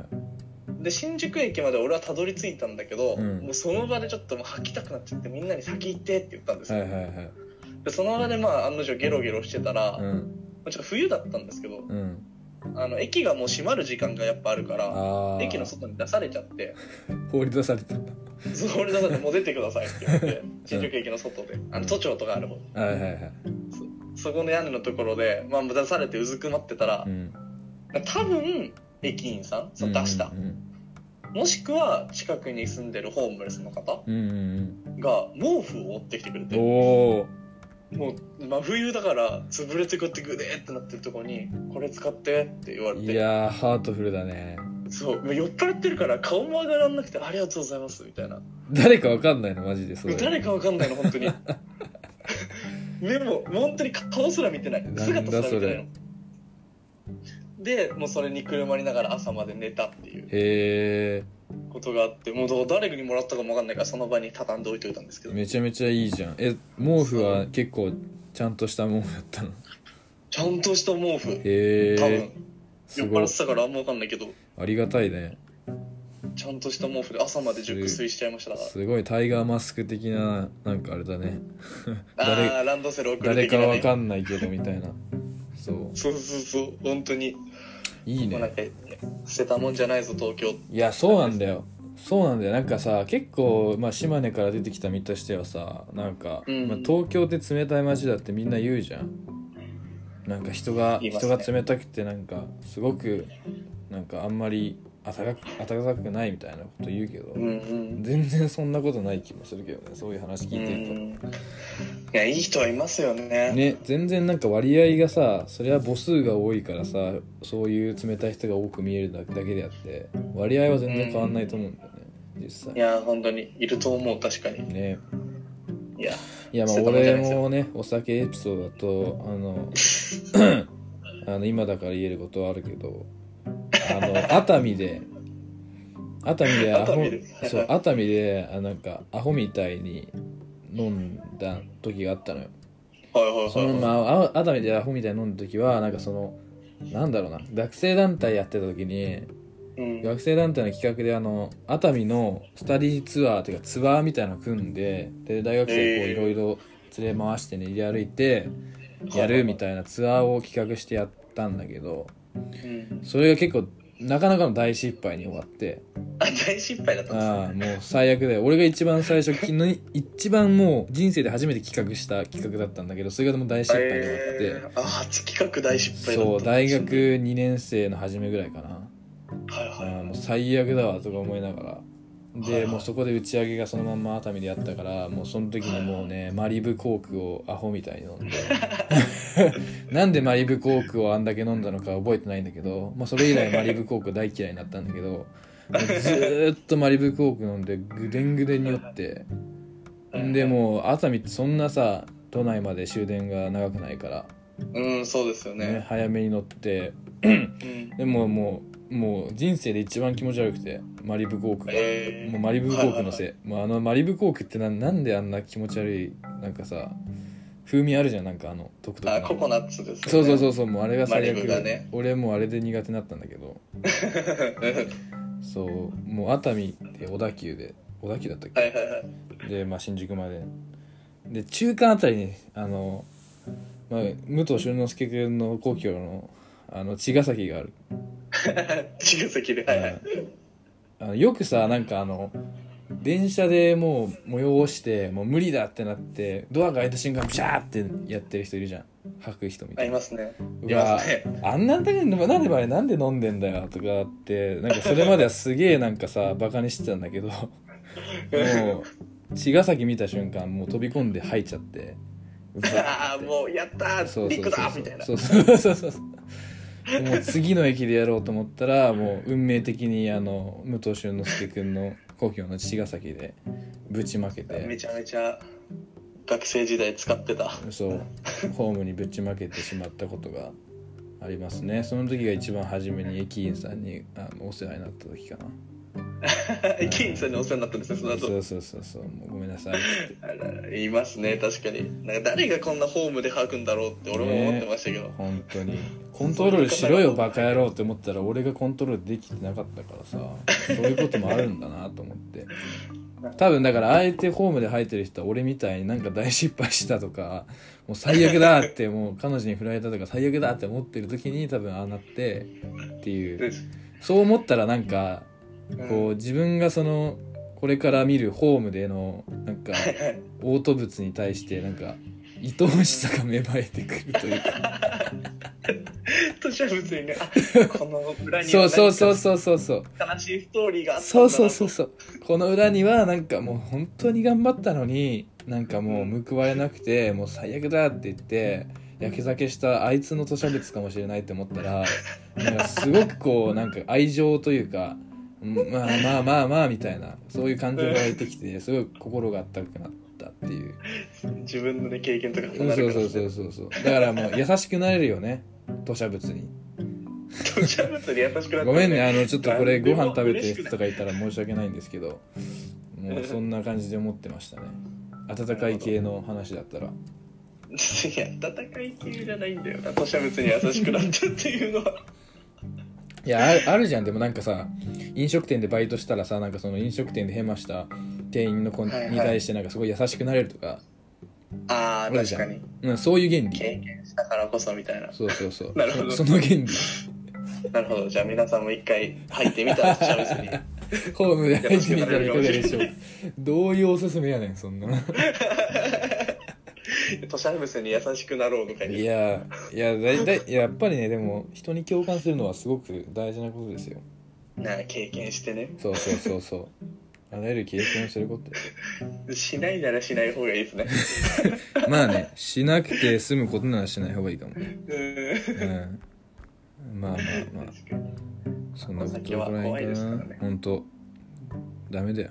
S2: で新宿駅まで俺はたどり着いたんだけど、
S1: うん
S2: もうその場でちょっともう吐きたくなっちゃってみんなに先行ってって言ったんです
S1: は
S2: よ、
S1: いはいはい
S2: でその場でまあ案の定ゲロゲロしてたら、
S1: う
S2: ま
S1: ん
S2: あちょっと冬だったんですけど
S1: うん
S2: あの駅がもう閉まる時間がやっぱあるから
S1: あ
S2: 駅の
S1: あ
S2: 外に出されちゃって
S1: 放り出されたんだ
S2: 「それ出されてもう出てください」って言わ れて新宿駅の外であの都庁とかある方
S1: はいはいはい
S2: そこの屋根のところで、まあ、出されてうずくまってたら
S1: う、ん
S2: 多分駅員さんその出した、
S1: うん
S2: もしくは近くに住んでるホームレスの方
S1: うんうん
S2: が毛布を持ってきてくれ
S1: うん
S2: て
S1: おお
S2: もう真冬だから潰れてこうやってグデーってなってるところに「これ使って」って言われ
S1: い
S2: て
S1: やーハートフルだね
S2: そうもう酔っ払ってるから顔も上がらなくて「ありがとうございます」みたいな
S1: 誰かわかんないのマジでそれ
S2: 誰かわかんないの本 当に目も本当に顔すら見てない
S1: なんだ
S2: 姿すら見て
S1: そ
S2: ない
S1: れ
S2: のでもうそれにくるまりながら朝まで寝たっていう
S1: へ
S2: ことがあってもうだから誰にもらったかもわかんないからその場に畳んで置いといたんですけ
S1: え
S2: ど
S1: めちゃめちゃいいじゃんえ毛布は結構ちゃんとした毛布だったの
S2: ちゃんとした毛布
S1: へ
S2: 多分
S1: えす
S2: 酔っ
S1: ご
S2: 払
S1: い
S2: ってたからあんまわかんないけど
S1: ありがたいね
S2: ちゃんとした毛布で朝まで熟睡しちゃいましただか
S1: すごいタイガーマスク的ななんかあれだね誰
S2: らああーランドセル送る
S1: 誰
S2: 的
S1: か
S2: な
S1: わ
S2: ね
S1: かんないけどみたいなそう
S2: そうそうそう本当に
S1: いい
S2: もうな
S1: ね
S2: んか捨てたもんじゃないぞ東京
S1: いやそうなんだよそうなんだよなんかさ結構、まあ、島根から出てきた身としてはさなんか、
S2: うん
S1: まあ、東京って冷たい街だってみんな言うじゃんなんか人が、
S2: 言います
S1: 人
S2: ね
S1: が冷たくてなんかすごくなんかあんまり暖かく暖かくないみたいなこと言うけど、
S2: うんうん
S1: 全然そんなことない気もするけどねそういう話聞いてると。
S2: うんいやいい人はいますよね
S1: ね、全然なんか割合がさそれは母数が多いからさそういう冷たい人が多く見えるだけであって割合は全然変わんないと思うんだよね、実
S2: い
S1: 際
S2: や本当にいると思う確かに
S1: ね
S2: いや
S1: いやまあ
S2: 捨てたもんじ
S1: 俺
S2: ゃないですよ
S1: もねお酒エピソードだとあの あの今だから言えることはあるけどあ の熱海で熱海でア
S2: 熱
S1: ホ
S2: 海で
S1: そう熱海であなんかアホみたいに飲んだ時があったのよ
S2: はいはいはい
S1: そのまああ熱海でアホみたいに飲んだ時はなんかそのなんだろうな学生団体やってた時に
S2: うん
S1: 学生団体の企画であの熱海のスタディツアーっていうかツアーみたいなの組んでで大学生こう
S2: えー
S1: いろいろ連れ回して練り歩いてやるみたいなツアーを企画してやったんだけど
S2: うん
S1: それが結構なかなかの大失敗に終わって
S2: あ大失敗だったんですね
S1: ああもう最悪で俺が一番最初昨日一番もう人生で初めて企画した企画だったんだけどそれがもう大失敗に終わって。
S2: えーあ初企画大失敗だった
S1: そう大学2年生の初めぐらいかな
S2: はい
S1: あ
S2: は
S1: ーもう最悪だわとか思いながら
S2: はい
S1: で
S2: はい
S1: もうそこで打ち上げがそのまんま熱海でやったからもうその時にもうねマリブコークをアホみたいに飲ん でなんでマリブコークをあんだけ飲んだのか覚えてないんだけど、まあ、それ以来マリブコーク大嫌いになったんだけどもうずーっとマリブコーク飲んでぐでんぐでんに酔って
S2: い
S1: でもう熱海ってそんなさ都内まで終電が長くないから、
S2: うんそうですよ
S1: ね
S2: ね、
S1: 早めに乗って
S2: うん
S1: でももうもう人生で一番気持ち悪くてマリブコークが、
S2: えー
S1: もうマリブコークのせい,、もうあのマリブコークってななんであんな気持ち悪いなんかさ風味あるじゃんなんかあの独特
S2: あ
S1: な
S2: ココナッツです
S1: そう そうそううそうもうあれが最
S2: マリ
S1: 悪
S2: ブがね
S1: 俺もうあれで苦手になったんだけどそうもう熱海で小田急で小田急だったっけ、
S2: はいはいはい
S1: で、まあ、新宿までで中間あたりにあの、まあ、武藤俊之介君の故郷のあの茅ヶ崎がある
S2: 茅ヶ崎ではいはい
S1: あのよくさなんかあの電車でもう催してもう無理だってなってドアが開いた瞬間ブシャーってやってる人いるじゃん吐く人み
S2: あ
S1: たい
S2: り
S1: な。
S2: ますね
S1: う
S2: い
S1: わ
S2: ますね
S1: あんなんだけどなんであれなんで飲んでんだよとかあってなんかそれまではすげえなんかさバカにしてたんだけ どもう茅ヶ崎見た瞬間もう飛び込んで吐いちゃってうわ
S2: ああもうやった
S1: そ
S2: ー
S1: うそ
S2: 陸
S1: うそ
S2: だ
S1: う
S2: みたいな
S1: そうそうそうそうそうもう次の駅でやろうと思った らもう運命的にあの武藤俊之介君の故郷の茅ヶ崎でぶちまけ
S2: め
S1: て
S2: ちゃめちゃ学生時代使ってた
S1: そうホームにぶちまけてしまったことがありますねその時が一番初めに駅員さんにあのお世話になった時かな
S2: 駅員さんにお世話になったんですねその
S1: そ
S2: 後
S1: うそうそうそうもうごめんなさいって
S2: あらいますね確かになんか誰がこんなホームで吐くんだろうって俺も思ってましたけど、
S1: 本当にコントロールしろよバカ野郎って思ったら俺がコントロールできてなかったからさそういうこともあるんだなと思って多分だからあえてホームで入ってる人は俺みたいになんか大失敗したとかもう最悪だってもう彼女に振られたとか最悪だって思ってる時に多分ああなってっていう
S2: です
S1: そう思ったらなんか
S2: うん
S1: こう自分がそのこれから見るホームでのなん か嘔吐物に対してなんか愛おしさが芽生えてくるというか
S2: 私は別にねあこの裏に
S1: そ
S2: は
S1: うそう
S2: 何
S1: そう
S2: か
S1: そうそうそう
S2: 悲しいストーリーがあったんだ
S1: そ
S2: な
S1: うそうそうそうこの裏にはなんかもう本当に頑張ったのになんかもう報われなくてもう最悪だって言ってやけ酒したあいつの吐砂物かもしれないって思ったらなんかすごくこうなんか愛情というかうんまあまあまあまあみたいなそういう感情が湧いてきてすごい心があったかくなったっていう
S2: 自分のね経験とか
S1: そ
S2: 離
S1: う
S2: れ
S1: そうそう
S2: う
S1: そうそうそうだからもう優しくなれるよね吐砂物に
S2: 私は別に優しくなった
S1: ごめんね、あの、ちょっとこれご飯食べてる人とかいたら申し訳ないんですけど、もうそんな感じで思ってましたね。温かい系の話だったら。
S2: いや戦い系じゃないんだよな私は別に優しくなったっていうのはい
S1: や、あるあるじゃん、でもなんかさ、飲食店でバイトしたらさ、なんかその飲食店でヘマした店員の子に
S2: はいはい
S1: 対してなんかすごい優しくなれるとか、
S2: ああ
S1: ある
S2: 確
S1: じゃん
S2: かに
S1: うん、そういう原理。
S2: 経験したからこそみたいな
S1: そうそうそう
S2: なるほ。ど
S1: そその原理。
S2: なるほどじゃあ皆さんも一回入ってみたら私は別 に
S1: ホームで入ってみたらいかがでしょうか。どういうおすすめやねん、そんな。
S2: 土砂物に優しくなろうとか
S1: い
S2: に
S1: や、いや、だいたい、やっぱりね、でも、人に共感するのはすごく大事なことですよ。
S2: な経験してね
S1: そうそうそうそうあらゆる経験をすること
S2: しないならしない方がいいで すね
S1: まあねしなくて済むことならしない方がいいかもね
S2: うん
S1: うんまあまあまあ
S2: 確かに
S1: そんなことぐら
S2: お酒は怖い
S1: い
S2: で
S1: か
S2: すから
S1: な
S2: ね
S1: 本当ダメだよ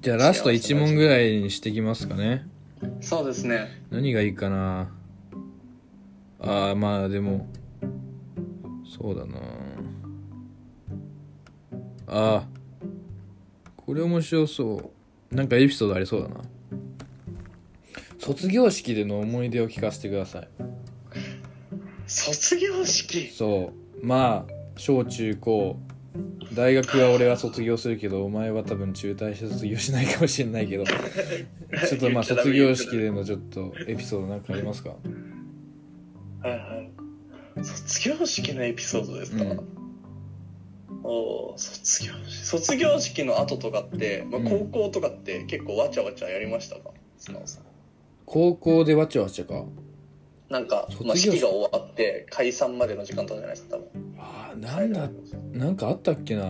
S1: じゃあラスト1問ぐらいにしてきますかね
S2: そうですね
S1: 何がいいかなあーまあでもそうだなあーこれ面白そうなんかエピソードありそうだな卒業式での思い出を聞かせてください
S2: 卒業式
S1: そうまあ小中高大学は俺は卒業するけどお前は多分中退して卒業しないかもしれないけどちょっとまあ卒業式でのちょっとエピソードなんかありますか
S2: はいはい卒業式のエピソードですか、
S1: うん
S2: おー卒業式卒業式の後とかって、まあ、
S1: うん
S2: 高校とかって結構わちゃわちゃやりましたか、素直さん
S1: 高校でわちゃわちゃか
S2: なんか、まあ、
S1: 卒業式
S2: 式が終わって解散までの時間とかじゃないですか多分
S1: あーなんだなんかあったっけな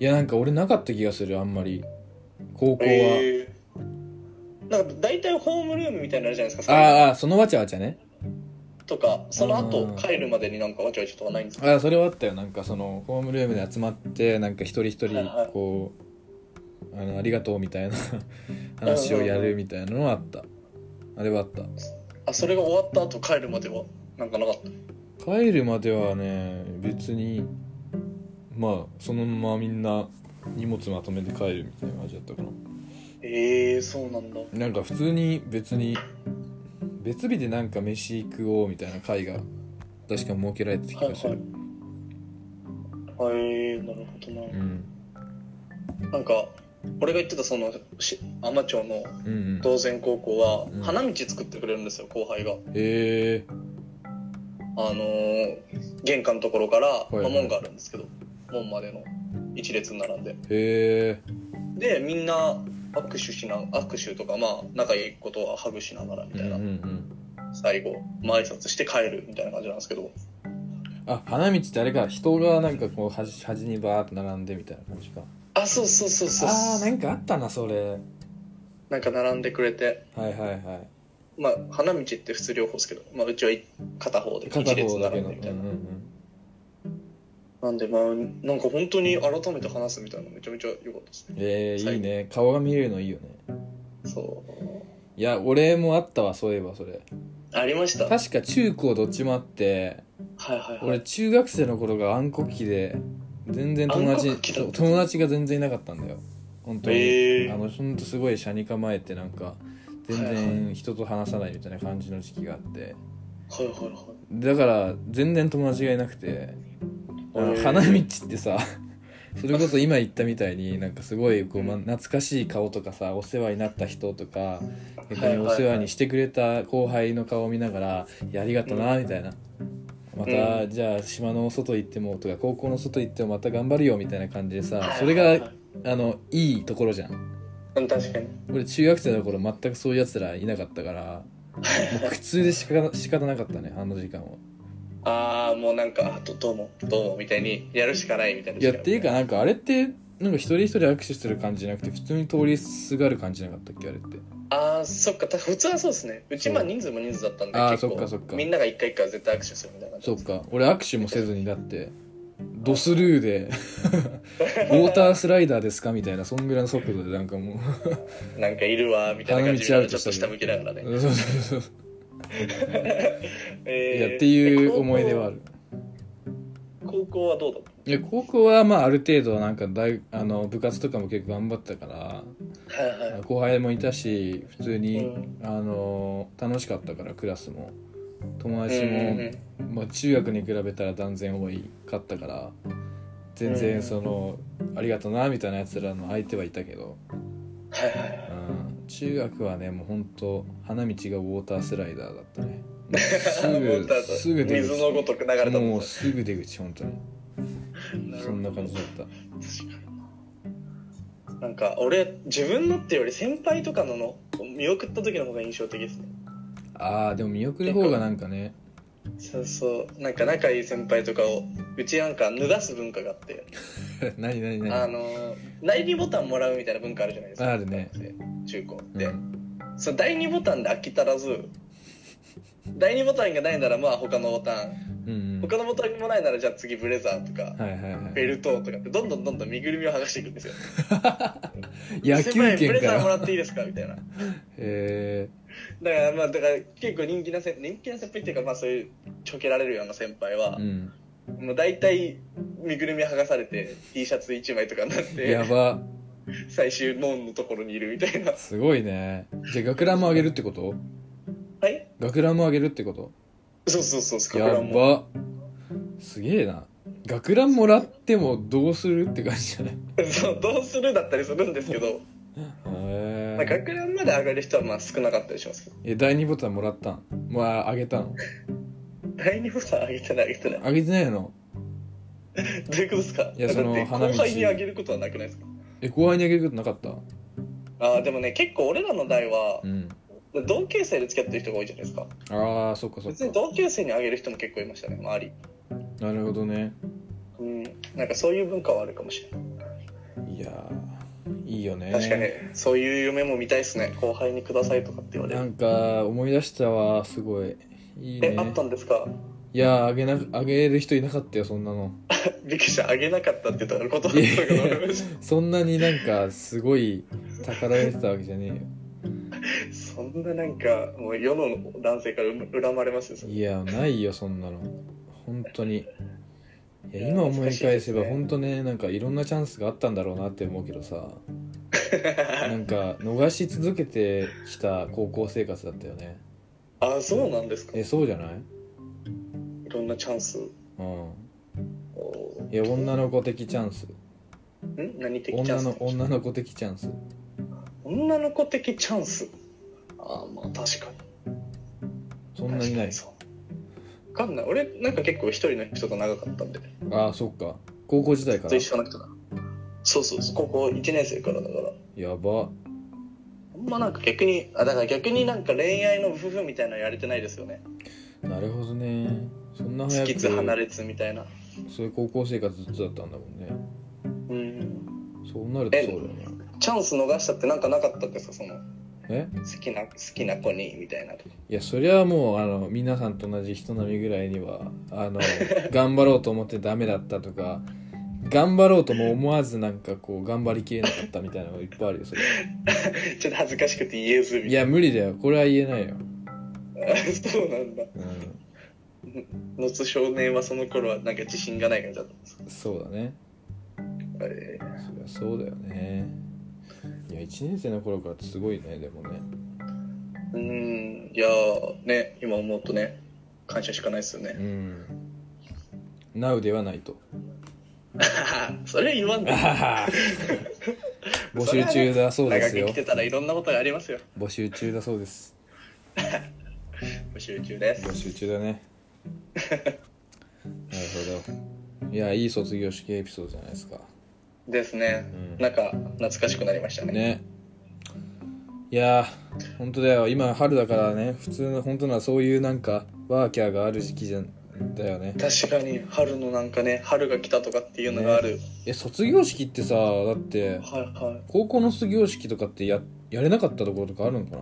S1: いやなんか俺なかった気がするあんまり高校は、
S2: えー、なんか大体ホームルームみたいになのあるじゃないですか
S1: あーあーそのわちゃわちゃね
S2: とかその後
S1: あー
S2: 帰るまでになんかわちゃわちゃとかないんですか
S1: ああそれはあったよなんかそのホームルームで集まってなんか一人一人
S2: はいはい
S1: こう「あのありがとう」みたいな 話をやるみたいなのはあったあれはあった
S2: あそれが終わった後帰るまではなんかなかった
S1: 帰るまではね別にまあそのままみんな荷物まとめて帰るみたいな感じだったかな
S2: ええー、そうなんだ
S1: なんか普通に別に別日でなんか飯食おうみたいな会が確か設けられてた気がする、
S2: はいはいなるほどな、
S1: うん、
S2: なんか俺が言ってたそのし海士町の
S1: うんうん
S2: 道前高校は
S1: うん
S2: 花道作ってくれるんですよ後輩が
S1: えー、
S2: あのー玄関のところから、
S1: いはい
S2: まあ門があるんですけど門までの一列に並んで
S1: え
S2: でみんな握手しな握手とかまあ仲いいことはハグしながらみ
S1: ー、
S2: た
S1: う
S2: い
S1: ん
S2: な、
S1: うんうん
S2: 最後、まあ、挨拶して帰るみたいな感じなんですけど
S1: あ花道ってあれか人がなんかこう端端にバーって並んでみたいな感じか
S2: あそうそうそうそう
S1: あーなんかあったなそれ
S2: なんか並んでくれて
S1: はいはいはい
S2: まあ花道って普通両方ですけど、まあ、うちは片方で
S1: 片
S2: 一列
S1: 方だけ
S2: 並ん
S1: の
S2: で
S1: うんうん
S2: み
S1: う
S2: たいな、
S1: ん
S2: なんでまあなんか本当に改めて話すみたいなめちゃめちゃ良かったですね
S1: えー、
S2: 最
S1: いい
S2: 後
S1: ね顔が見れるのいいよね
S2: そう
S1: いや俺もあったわそういえばそれ
S2: ありましたはい
S1: 確か中高どっちもあって
S2: はいは
S1: 俺
S2: い
S1: 中学生の頃が暗黒期で全然友達
S2: 暗黒期だった
S1: 友達が全然いなかったんだよ本当に、
S2: へー
S1: あのほんとすごい車に構えてなんか全然人と話さないみたいな感じの時期があって
S2: はいはいはい
S1: だから全然友達がいなくてあの
S2: へー
S1: 花道ってさ それこそ今言ったみたいになんかすごいこう、ま、懐かしい顔とかさお世話になった人とか逆にお世話にしてくれた後輩の顔を見ながら「いやありがとな」みたいな。また、
S2: う
S1: じゃあ島の外行ってもとか高校の外行ってもまた頑張るよみたいな感じでさそれ
S2: はいは
S1: が
S2: い
S1: あのいいところじゃん
S2: うん確かに
S1: 俺中学生の頃全くそういうやつらいなかったからもう苦痛で仕 方仕方なかったねあの時間は
S2: ああもうなんかあ「どどうもどうも」みたいにやるしかないみたいない
S1: やっていうかなんかあれってなんか一人一人握手する感じじゃなくて普通に通りすがる感じじゃなかったっけあれって
S2: ああそっかた普通はそうですねうち
S1: そう
S2: まあ人数も人数だったんで
S1: あー
S2: 結構
S1: そっかそっか
S2: みんなが一回一回は絶対握手するみたいな感じ
S1: そっか俺握手もせずにだってドスルーでウォータースライダーですかみたいなそんぐらいの速度でなんか も
S2: なんかいるわみたいな感じ
S1: 花道
S2: で
S1: 歩
S2: ち
S1: き
S2: ょっ
S1: した
S2: と
S1: り
S2: 下向きながらね、
S1: うそうそうそうい
S2: え
S1: やっていう思い出はあ
S2: る
S1: る
S2: 高校はどうだっ
S1: いや高校はまあある程度なんか大あの部活とかも結構頑張ったから
S2: たはいはい
S1: 後輩もいたし普通に、
S2: うん
S1: あの楽しかったからクラスも友
S2: うん
S1: 達も、
S2: うんうん
S1: まあ、中学に比べたら断然多いかったから全
S2: うん
S1: 然その、ありがとなみたいなやつらの相手はいたけど、
S2: はいはいはい
S1: うん、中学はねもうほんと花道がウォータースライダーだった ね
S2: もうただ
S1: すぐすぐ出
S2: 水の
S1: 口
S2: ごとく流れたん
S1: もう
S2: です
S1: すぐ出口本当に
S2: ね
S1: そんな感じだった
S2: なんか俺自分のっていうより先輩とかのの見送った時の方が印象的ですね
S1: あーでも見送る方がなんかね
S2: そうそうなんか仲いい先輩とかをうちなんか脱がす文化があって
S1: 何何
S2: あ
S1: 何
S2: の第2ボタンもらうみたいな文化あるじゃないですか
S1: あるね
S2: 中高って、
S1: うん
S2: その第2ボタンで飽き足らず第2ボタンがないならまあ他のボタン
S1: うんうん
S2: 他のボタンもないならじゃあ次ブレザーとか
S1: はいはいはい
S2: ベルトとかってどんどんどんどん身ぐるみを剥がしていくんですよ
S1: 野
S2: 先輩
S1: 球
S2: ブレ
S1: 券か
S2: ザーもら
S1: ら
S2: っていいですかみたいなだか
S1: へ
S2: らまあだから結構人気な先人気な先輩っていうかまあそういうちょけられるような先輩は
S1: え、うん
S2: もう大体身ぐるみ剥がされて T シャツ1枚とかになっ
S1: や
S2: て
S1: ば
S2: 最終門のところにいるみたいな
S1: すごいねじゃあ学ランもあげるってこと
S2: はい
S1: 学ランもあげるってこと
S2: そうそうそうそう
S1: や
S2: 学ランも
S1: ばすげえな学ランもらってもどうするって感じじゃない
S2: そうどうするだったりするんですけど、
S1: へ
S2: まあ、
S1: え
S2: 学ランまで上がる人はまあ少なかったりしますけど
S1: え第2ボタンもらったんまああげたん
S2: 第二ボタン上げてない上げてない
S1: あげてないの
S2: どういうことですか
S1: いや
S2: だっ
S1: そ
S2: て
S1: の花道
S2: 後輩にあげることはなくないですか
S1: え後輩にあげることなかった
S2: あーでもね結構俺らの代は
S1: うん
S2: 同級生で付き合ってる人が多いじゃないですか
S1: ああそっかそっ
S2: 別
S1: か
S2: に同級生にあげる人も結構いましたね周り
S1: なるほどね
S2: うんなんかそういう文化はあるかもしれない
S1: いやーいいよね
S2: 確かにそういう夢も見たいですね後輩にくださいとかって言われ
S1: な
S2: る
S1: んか思い出したわすごいいいね
S2: えあったんですか
S1: いやーあげなあげる人いなかったよそんなの
S2: びっくりしたあげなかったって言ったら断ったかと思いまし
S1: そんなになんかすごい宝入れてたわけじゃねえよ
S2: たそんななんかもう世の男性から恨まれますよそれ
S1: いやないよそんなの本当にいや今思い返せば本当ねなんかいろんなチャンスがあったんだろうなって思うけどさなんか逃し続けてきた高校生活だったよね
S2: あそうなんですか
S1: えそうじゃない
S2: いろんなチャンス
S1: うん
S2: お
S1: いや女の子的チャンス
S2: ん何的チャン
S1: 女
S2: ス
S1: の女の子的チャンス
S2: 女の子的チャンスあまあ確かに
S1: そんなにない
S2: 確かそうわかんない俺なんか結構一人の人と長かったんで
S1: ああそっか高校時代か
S2: ず
S1: ら
S2: っと一緒の人だそうそうそう高校1年生からだから
S1: やば
S2: あんまなんか逆にあだから逆になんか恋愛の夫婦みたいなのやれてないですよね
S1: なるほどねそんな
S2: つ
S1: 早
S2: き
S1: く
S2: つ離れつみたいな
S1: そういう高校生活ずっとだったんだもんね
S2: うん
S1: そうなるとそうだよな
S2: チャンス逃したってなんかなかったんですかその
S1: え
S2: 好きな好きな子にみたいなとか
S1: いやそりゃもうあの皆さんと同じ人並みぐらいにはあ の頑張ろうと思ってダメだったとか頑張ろうとも思わずなんかこう頑張りきれなかったみたいなのがいっぱいある よそれ
S2: ちょっと恥ずかしくて言えずみ
S1: い
S2: たい
S1: や無理だよこれは言えないよ、
S2: な そうなんだ
S1: う
S2: のつ少年はその頃はなんか自信がない感じだったんですか
S1: ん、そうだね
S2: えー
S1: そりゃそうだよねいや1年生の頃からってすごいねでもね
S2: うんいやーね今思うとね感謝しかないですよ
S1: う
S2: ね
S1: ん Now ではない と
S2: それ言わんで
S1: あ
S2: も
S1: はは 募集中だそうで
S2: 長く
S1: す
S2: 生
S1: よ
S2: きてたらいろんなことがありますよ
S1: 募集中だそうです
S2: 募集中です
S1: 募集中だ ねなるほどいやいい卒業式エピソードじゃないですか
S2: ですね、
S1: うん
S2: なんか懐かしくなりましたね
S1: ねいやー本当だよ今春だからね普通の本当ならそういうなんかワーキャーがある時期じゃんだよね
S2: 確かに春のなんかね春が来たとかっていうのがある、
S1: え卒業式ってさだって
S2: はいはい
S1: 高校の卒業式とかってややれなかったところとかあるのかな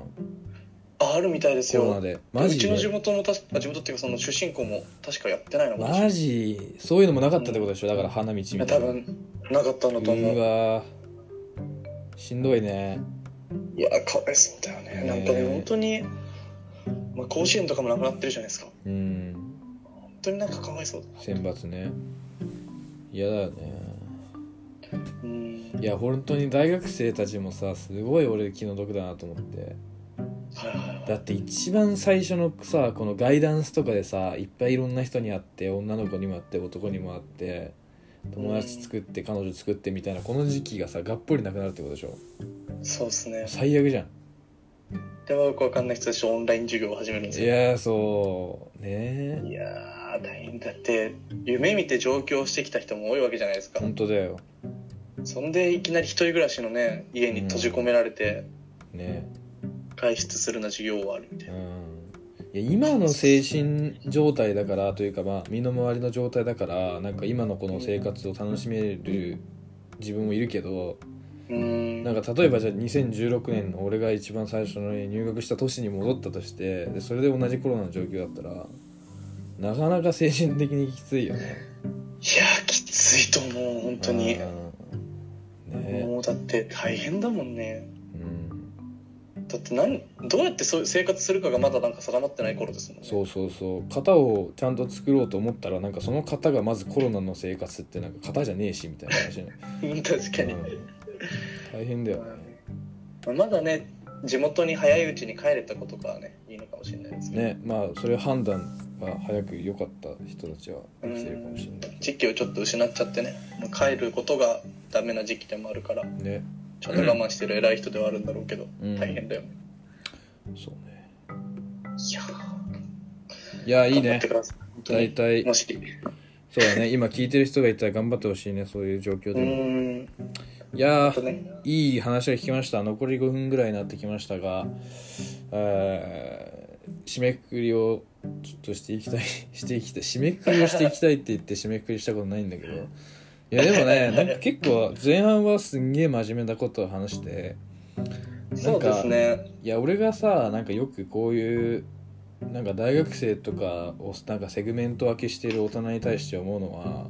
S2: ああるみたいです
S1: コロナ
S2: よ
S1: でマ
S2: う
S1: ジ
S2: ちの地
S1: で
S2: 元もたしあ地元っていうかその出身校も確かやってないのかもしれな
S1: マ
S2: い
S1: ジそういうのもなかったってことでしょだから花道みたいな
S2: 多分なかったんだと思
S1: う
S2: う
S1: わーしんどいね
S2: いやかわいそうだよね
S1: ね
S2: なんかね本当にまあ、甲子園とかもなくなってるじゃないですか
S1: うん
S2: 本当になんかかわいそうだ
S1: 選抜ね嫌だよね
S2: うん
S1: いや本当に大学生たちもさすごい俺気の毒だなと思って
S2: はいはいはい
S1: だって一番最初のさこのガイダンスとかでさいっぱいいろんな人に会って女の子にも会って男にも会って友達作って彼女作ってみたいなこの時期がさがっぽりなくなるってことでしょ
S2: そうですね
S1: 最悪じゃん
S2: ではよくわかんない人たちとオンライン授業を始めるんです
S1: い
S2: よ
S1: やーそうね
S2: いやー大変だって夢見て上京してきた人も多いわけじゃないですか
S1: 本当だよ
S2: そんでいきなり一人暮らしのね家に閉じ込められて
S1: ね
S2: 外出するな授業はあるみたい
S1: うんいや今の精神状態だからというか、まあ、身の回りの状態だからなんか今のこの生活を楽しめる自分もいるけど
S2: うーん
S1: なんか例えばじゃあ2016年の俺が一番最初の入学した都市に戻ったとしてでそれで同じコロナの状況だったらなかなか精神的にきついよね。
S2: いやきついと思う本当に
S1: うんね
S2: もうだって大変だもんね
S1: うん、
S2: だって何どうやってそう生活するかがまだなんか定まってない頃ですもんね
S1: そうそうそう型をちゃんと作ろうと思ったらなんかその型がまずコロナの生活ってなんか型じゃねえしみたいな話になる
S2: うん確かに、
S1: うん大変だよね。
S2: まあまだね地元に早いうちに帰れたことがねいいのかもしれないですね
S1: ねまあそれ判断が早く良かった人たちはできてるかもしれない
S2: 時期をちょっと失っちゃってねもう帰ることがダメな時期でもあるから
S1: ね
S2: ちょっと我慢してる偉い人ではあるんだろうけど、
S1: うん
S2: 大変だよね
S1: そうね
S2: いやー
S1: いやいい
S2: 頑張
S1: ね
S2: ってください本当
S1: 大
S2: に
S1: 体
S2: もし
S1: そうだね今聞いてる人がいたら頑張ってほしいねそういう状況
S2: う
S1: でも
S2: ーん
S1: いや
S2: あと
S1: ー
S2: ね
S1: いい話が聞きました残り5分ぐらいになってきましたが、えー締めくくりをちょっとしていきたい していきたい締めくくりをしていきたいって言って締めくくりしたことないんだけどいやでもねなんか結構前半はすんげえ真面目なことを話して
S2: そうですね
S1: いや俺がさなんかよくこういうなんか大学生とかをなんかセグメント分けしてる大人に対して思うのは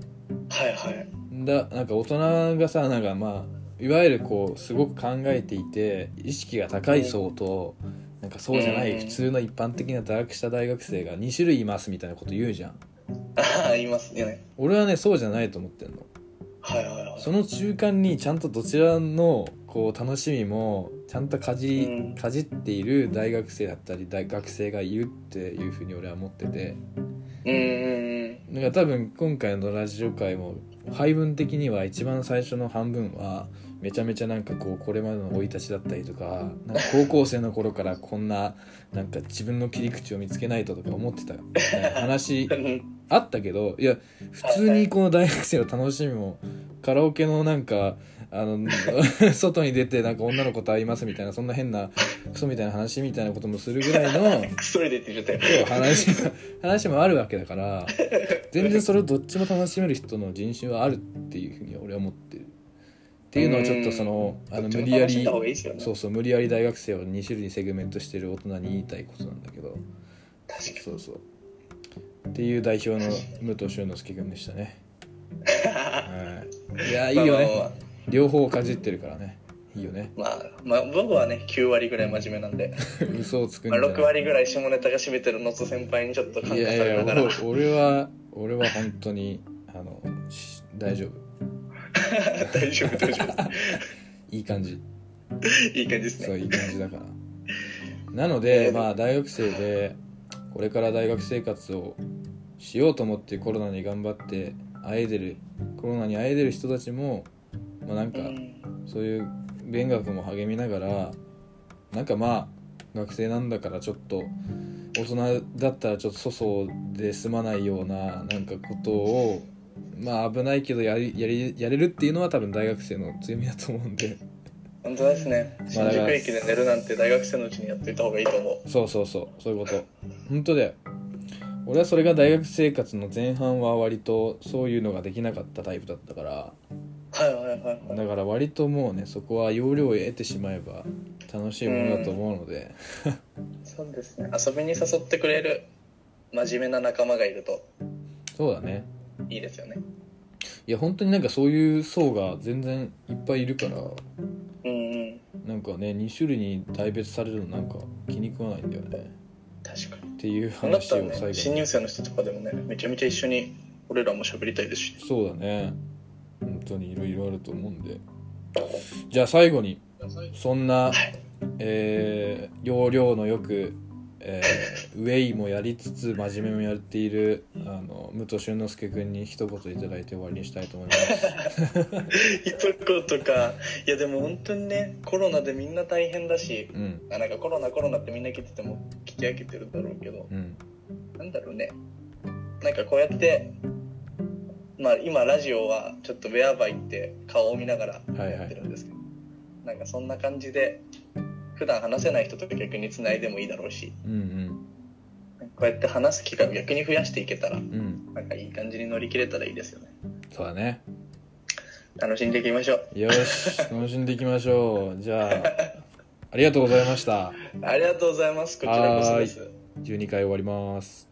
S2: はいはい
S1: だなんか大人がさなんかまあいわゆるこうすごく考えていて意識が高い層となんかそうじゃな
S2: うん
S1: い普通の一般的な堕落した大学生が2種類いますみたいなこと言うじゃん
S2: あ あ言いますね
S1: 俺はねそうじゃないと思ってんの
S2: はいはいはい
S1: その中間にちゃんとどちらのこう楽しみもちゃんとかじ,、
S2: うん
S1: かじっている大学生だったり大学生がいるっていうふうに俺は思ってて
S2: うんうんうん
S1: だから多分今回のラジオ界も配分的には一番最初の半分はめちゃめちゃなんかこうこれまでの生い立ちだったりとかなんか高校生の頃からこんななんか自分の切り口を見つけないととか思ってたみたいな話
S2: うん
S1: あったけどいや普通にこの大学生の楽しみもカラオケのなんかあの 外に出てなんか女の子と会いますみたいなそんな変なクソみたいな話みたいなこともするぐらいの
S2: クソ入れて入れたよ
S1: そう話 が話もあるわけだから全然それをどっちも楽しめる人の人種はあるっていうふうに俺は思ってる。っていうのはちょっとそのあの無理やり
S2: どっちも楽しんだ方がいいですよね
S1: そうそう無理やり大学生を2種類にセグメントしてる大人に言いたいことなんだけど
S2: 確かに
S1: そうそうっていう代表の武藤俊之介君でした ね、はい、いやいいよね両方かじってるからねいいよね
S2: まあまあ、まあ、僕はね9割ぐらい真面目なんで、
S1: 嘘をつくん
S2: ま
S1: じ
S2: あ、
S1: ゃない
S2: 6割ぐらい下ネタが占めてるのと先輩にちょっと感化さ
S1: いやい
S2: れ
S1: や
S2: ながら
S1: お俺は俺は本当にあのし大丈夫
S2: 大丈夫大丈夫
S1: いい感じ
S2: いい感じです
S1: そう
S2: ね
S1: いい感じだからなので
S2: えー
S1: まあ大学生でこれから大学生活をしようと思ってコロナに頑張ってあえいでるコロナにあえいでる人たちも、まあ、なんか
S2: うん
S1: そういう勉学も励みながらなんかまあ学生なんだからちょっと大人だったらちょっと粗相で済まないようななんかことをまあ危ないけどやりやりやれるっていうのは多分大学生の強みだと思うんで
S2: 本当ですね
S1: まあ
S2: 新
S1: だから
S2: 宿駅で寝るなんて大学生のうちにやっといた方がいいと思う
S1: そうそうそうそういうこと本当だよ俺はそれが大学生活の前半は割とそういうのができなかったタイプだったから
S2: はいはいはいはい
S1: だから割ともうねそこは要領を得てしまえば楽しいものだと思うので、
S2: そうですね遊びに誘ってくれる真面目な仲間がいると
S1: そうだね
S2: いいですよね
S1: いや本当になんかそういう層が全然いっぱいいるから
S2: うんうん
S1: なんかね2種類に大別されるのなんか気に食わないんだよね
S2: 確かに
S1: っていう
S2: そうなっ
S1: 話
S2: た
S1: を
S2: らね
S1: 最後
S2: 新
S1: に
S2: 入生の人とかでもねめちゃめちゃ一緒に俺らも喋りたいですし
S1: そうだね本当にいろいろあると思うんでじゃあ最後にそんな、えー、要領のよく、えーウェイもやりつつ真面目もやっているあの武藤俊之介君に一言いただいて終わりにしたいと思います。
S2: 一言かいやでも本当にねコロナでみんな大変だし
S1: うん
S2: あなんかコロナコロナってみんな聞いてても聞き上げてるんだろうけど
S1: うん
S2: なんだろうねなんかこうやってまあ今ラジオはちょっとウェアバイって顔を見ながら
S1: はいはい
S2: やってるんですけど、なんかそんな感じで普段話せない人と逆につないでもいいだろうし
S1: うん
S2: こうやって話す機会を逆に増やしていけたら
S1: うん
S2: なんかいい感じに乗り切れたらいいですよね
S1: そうだね
S2: 楽しんでいきましょう
S1: よし楽しんでいきましょうじゃあありがとうございました
S2: ありがとうございますこちらこそです
S1: 12回終わります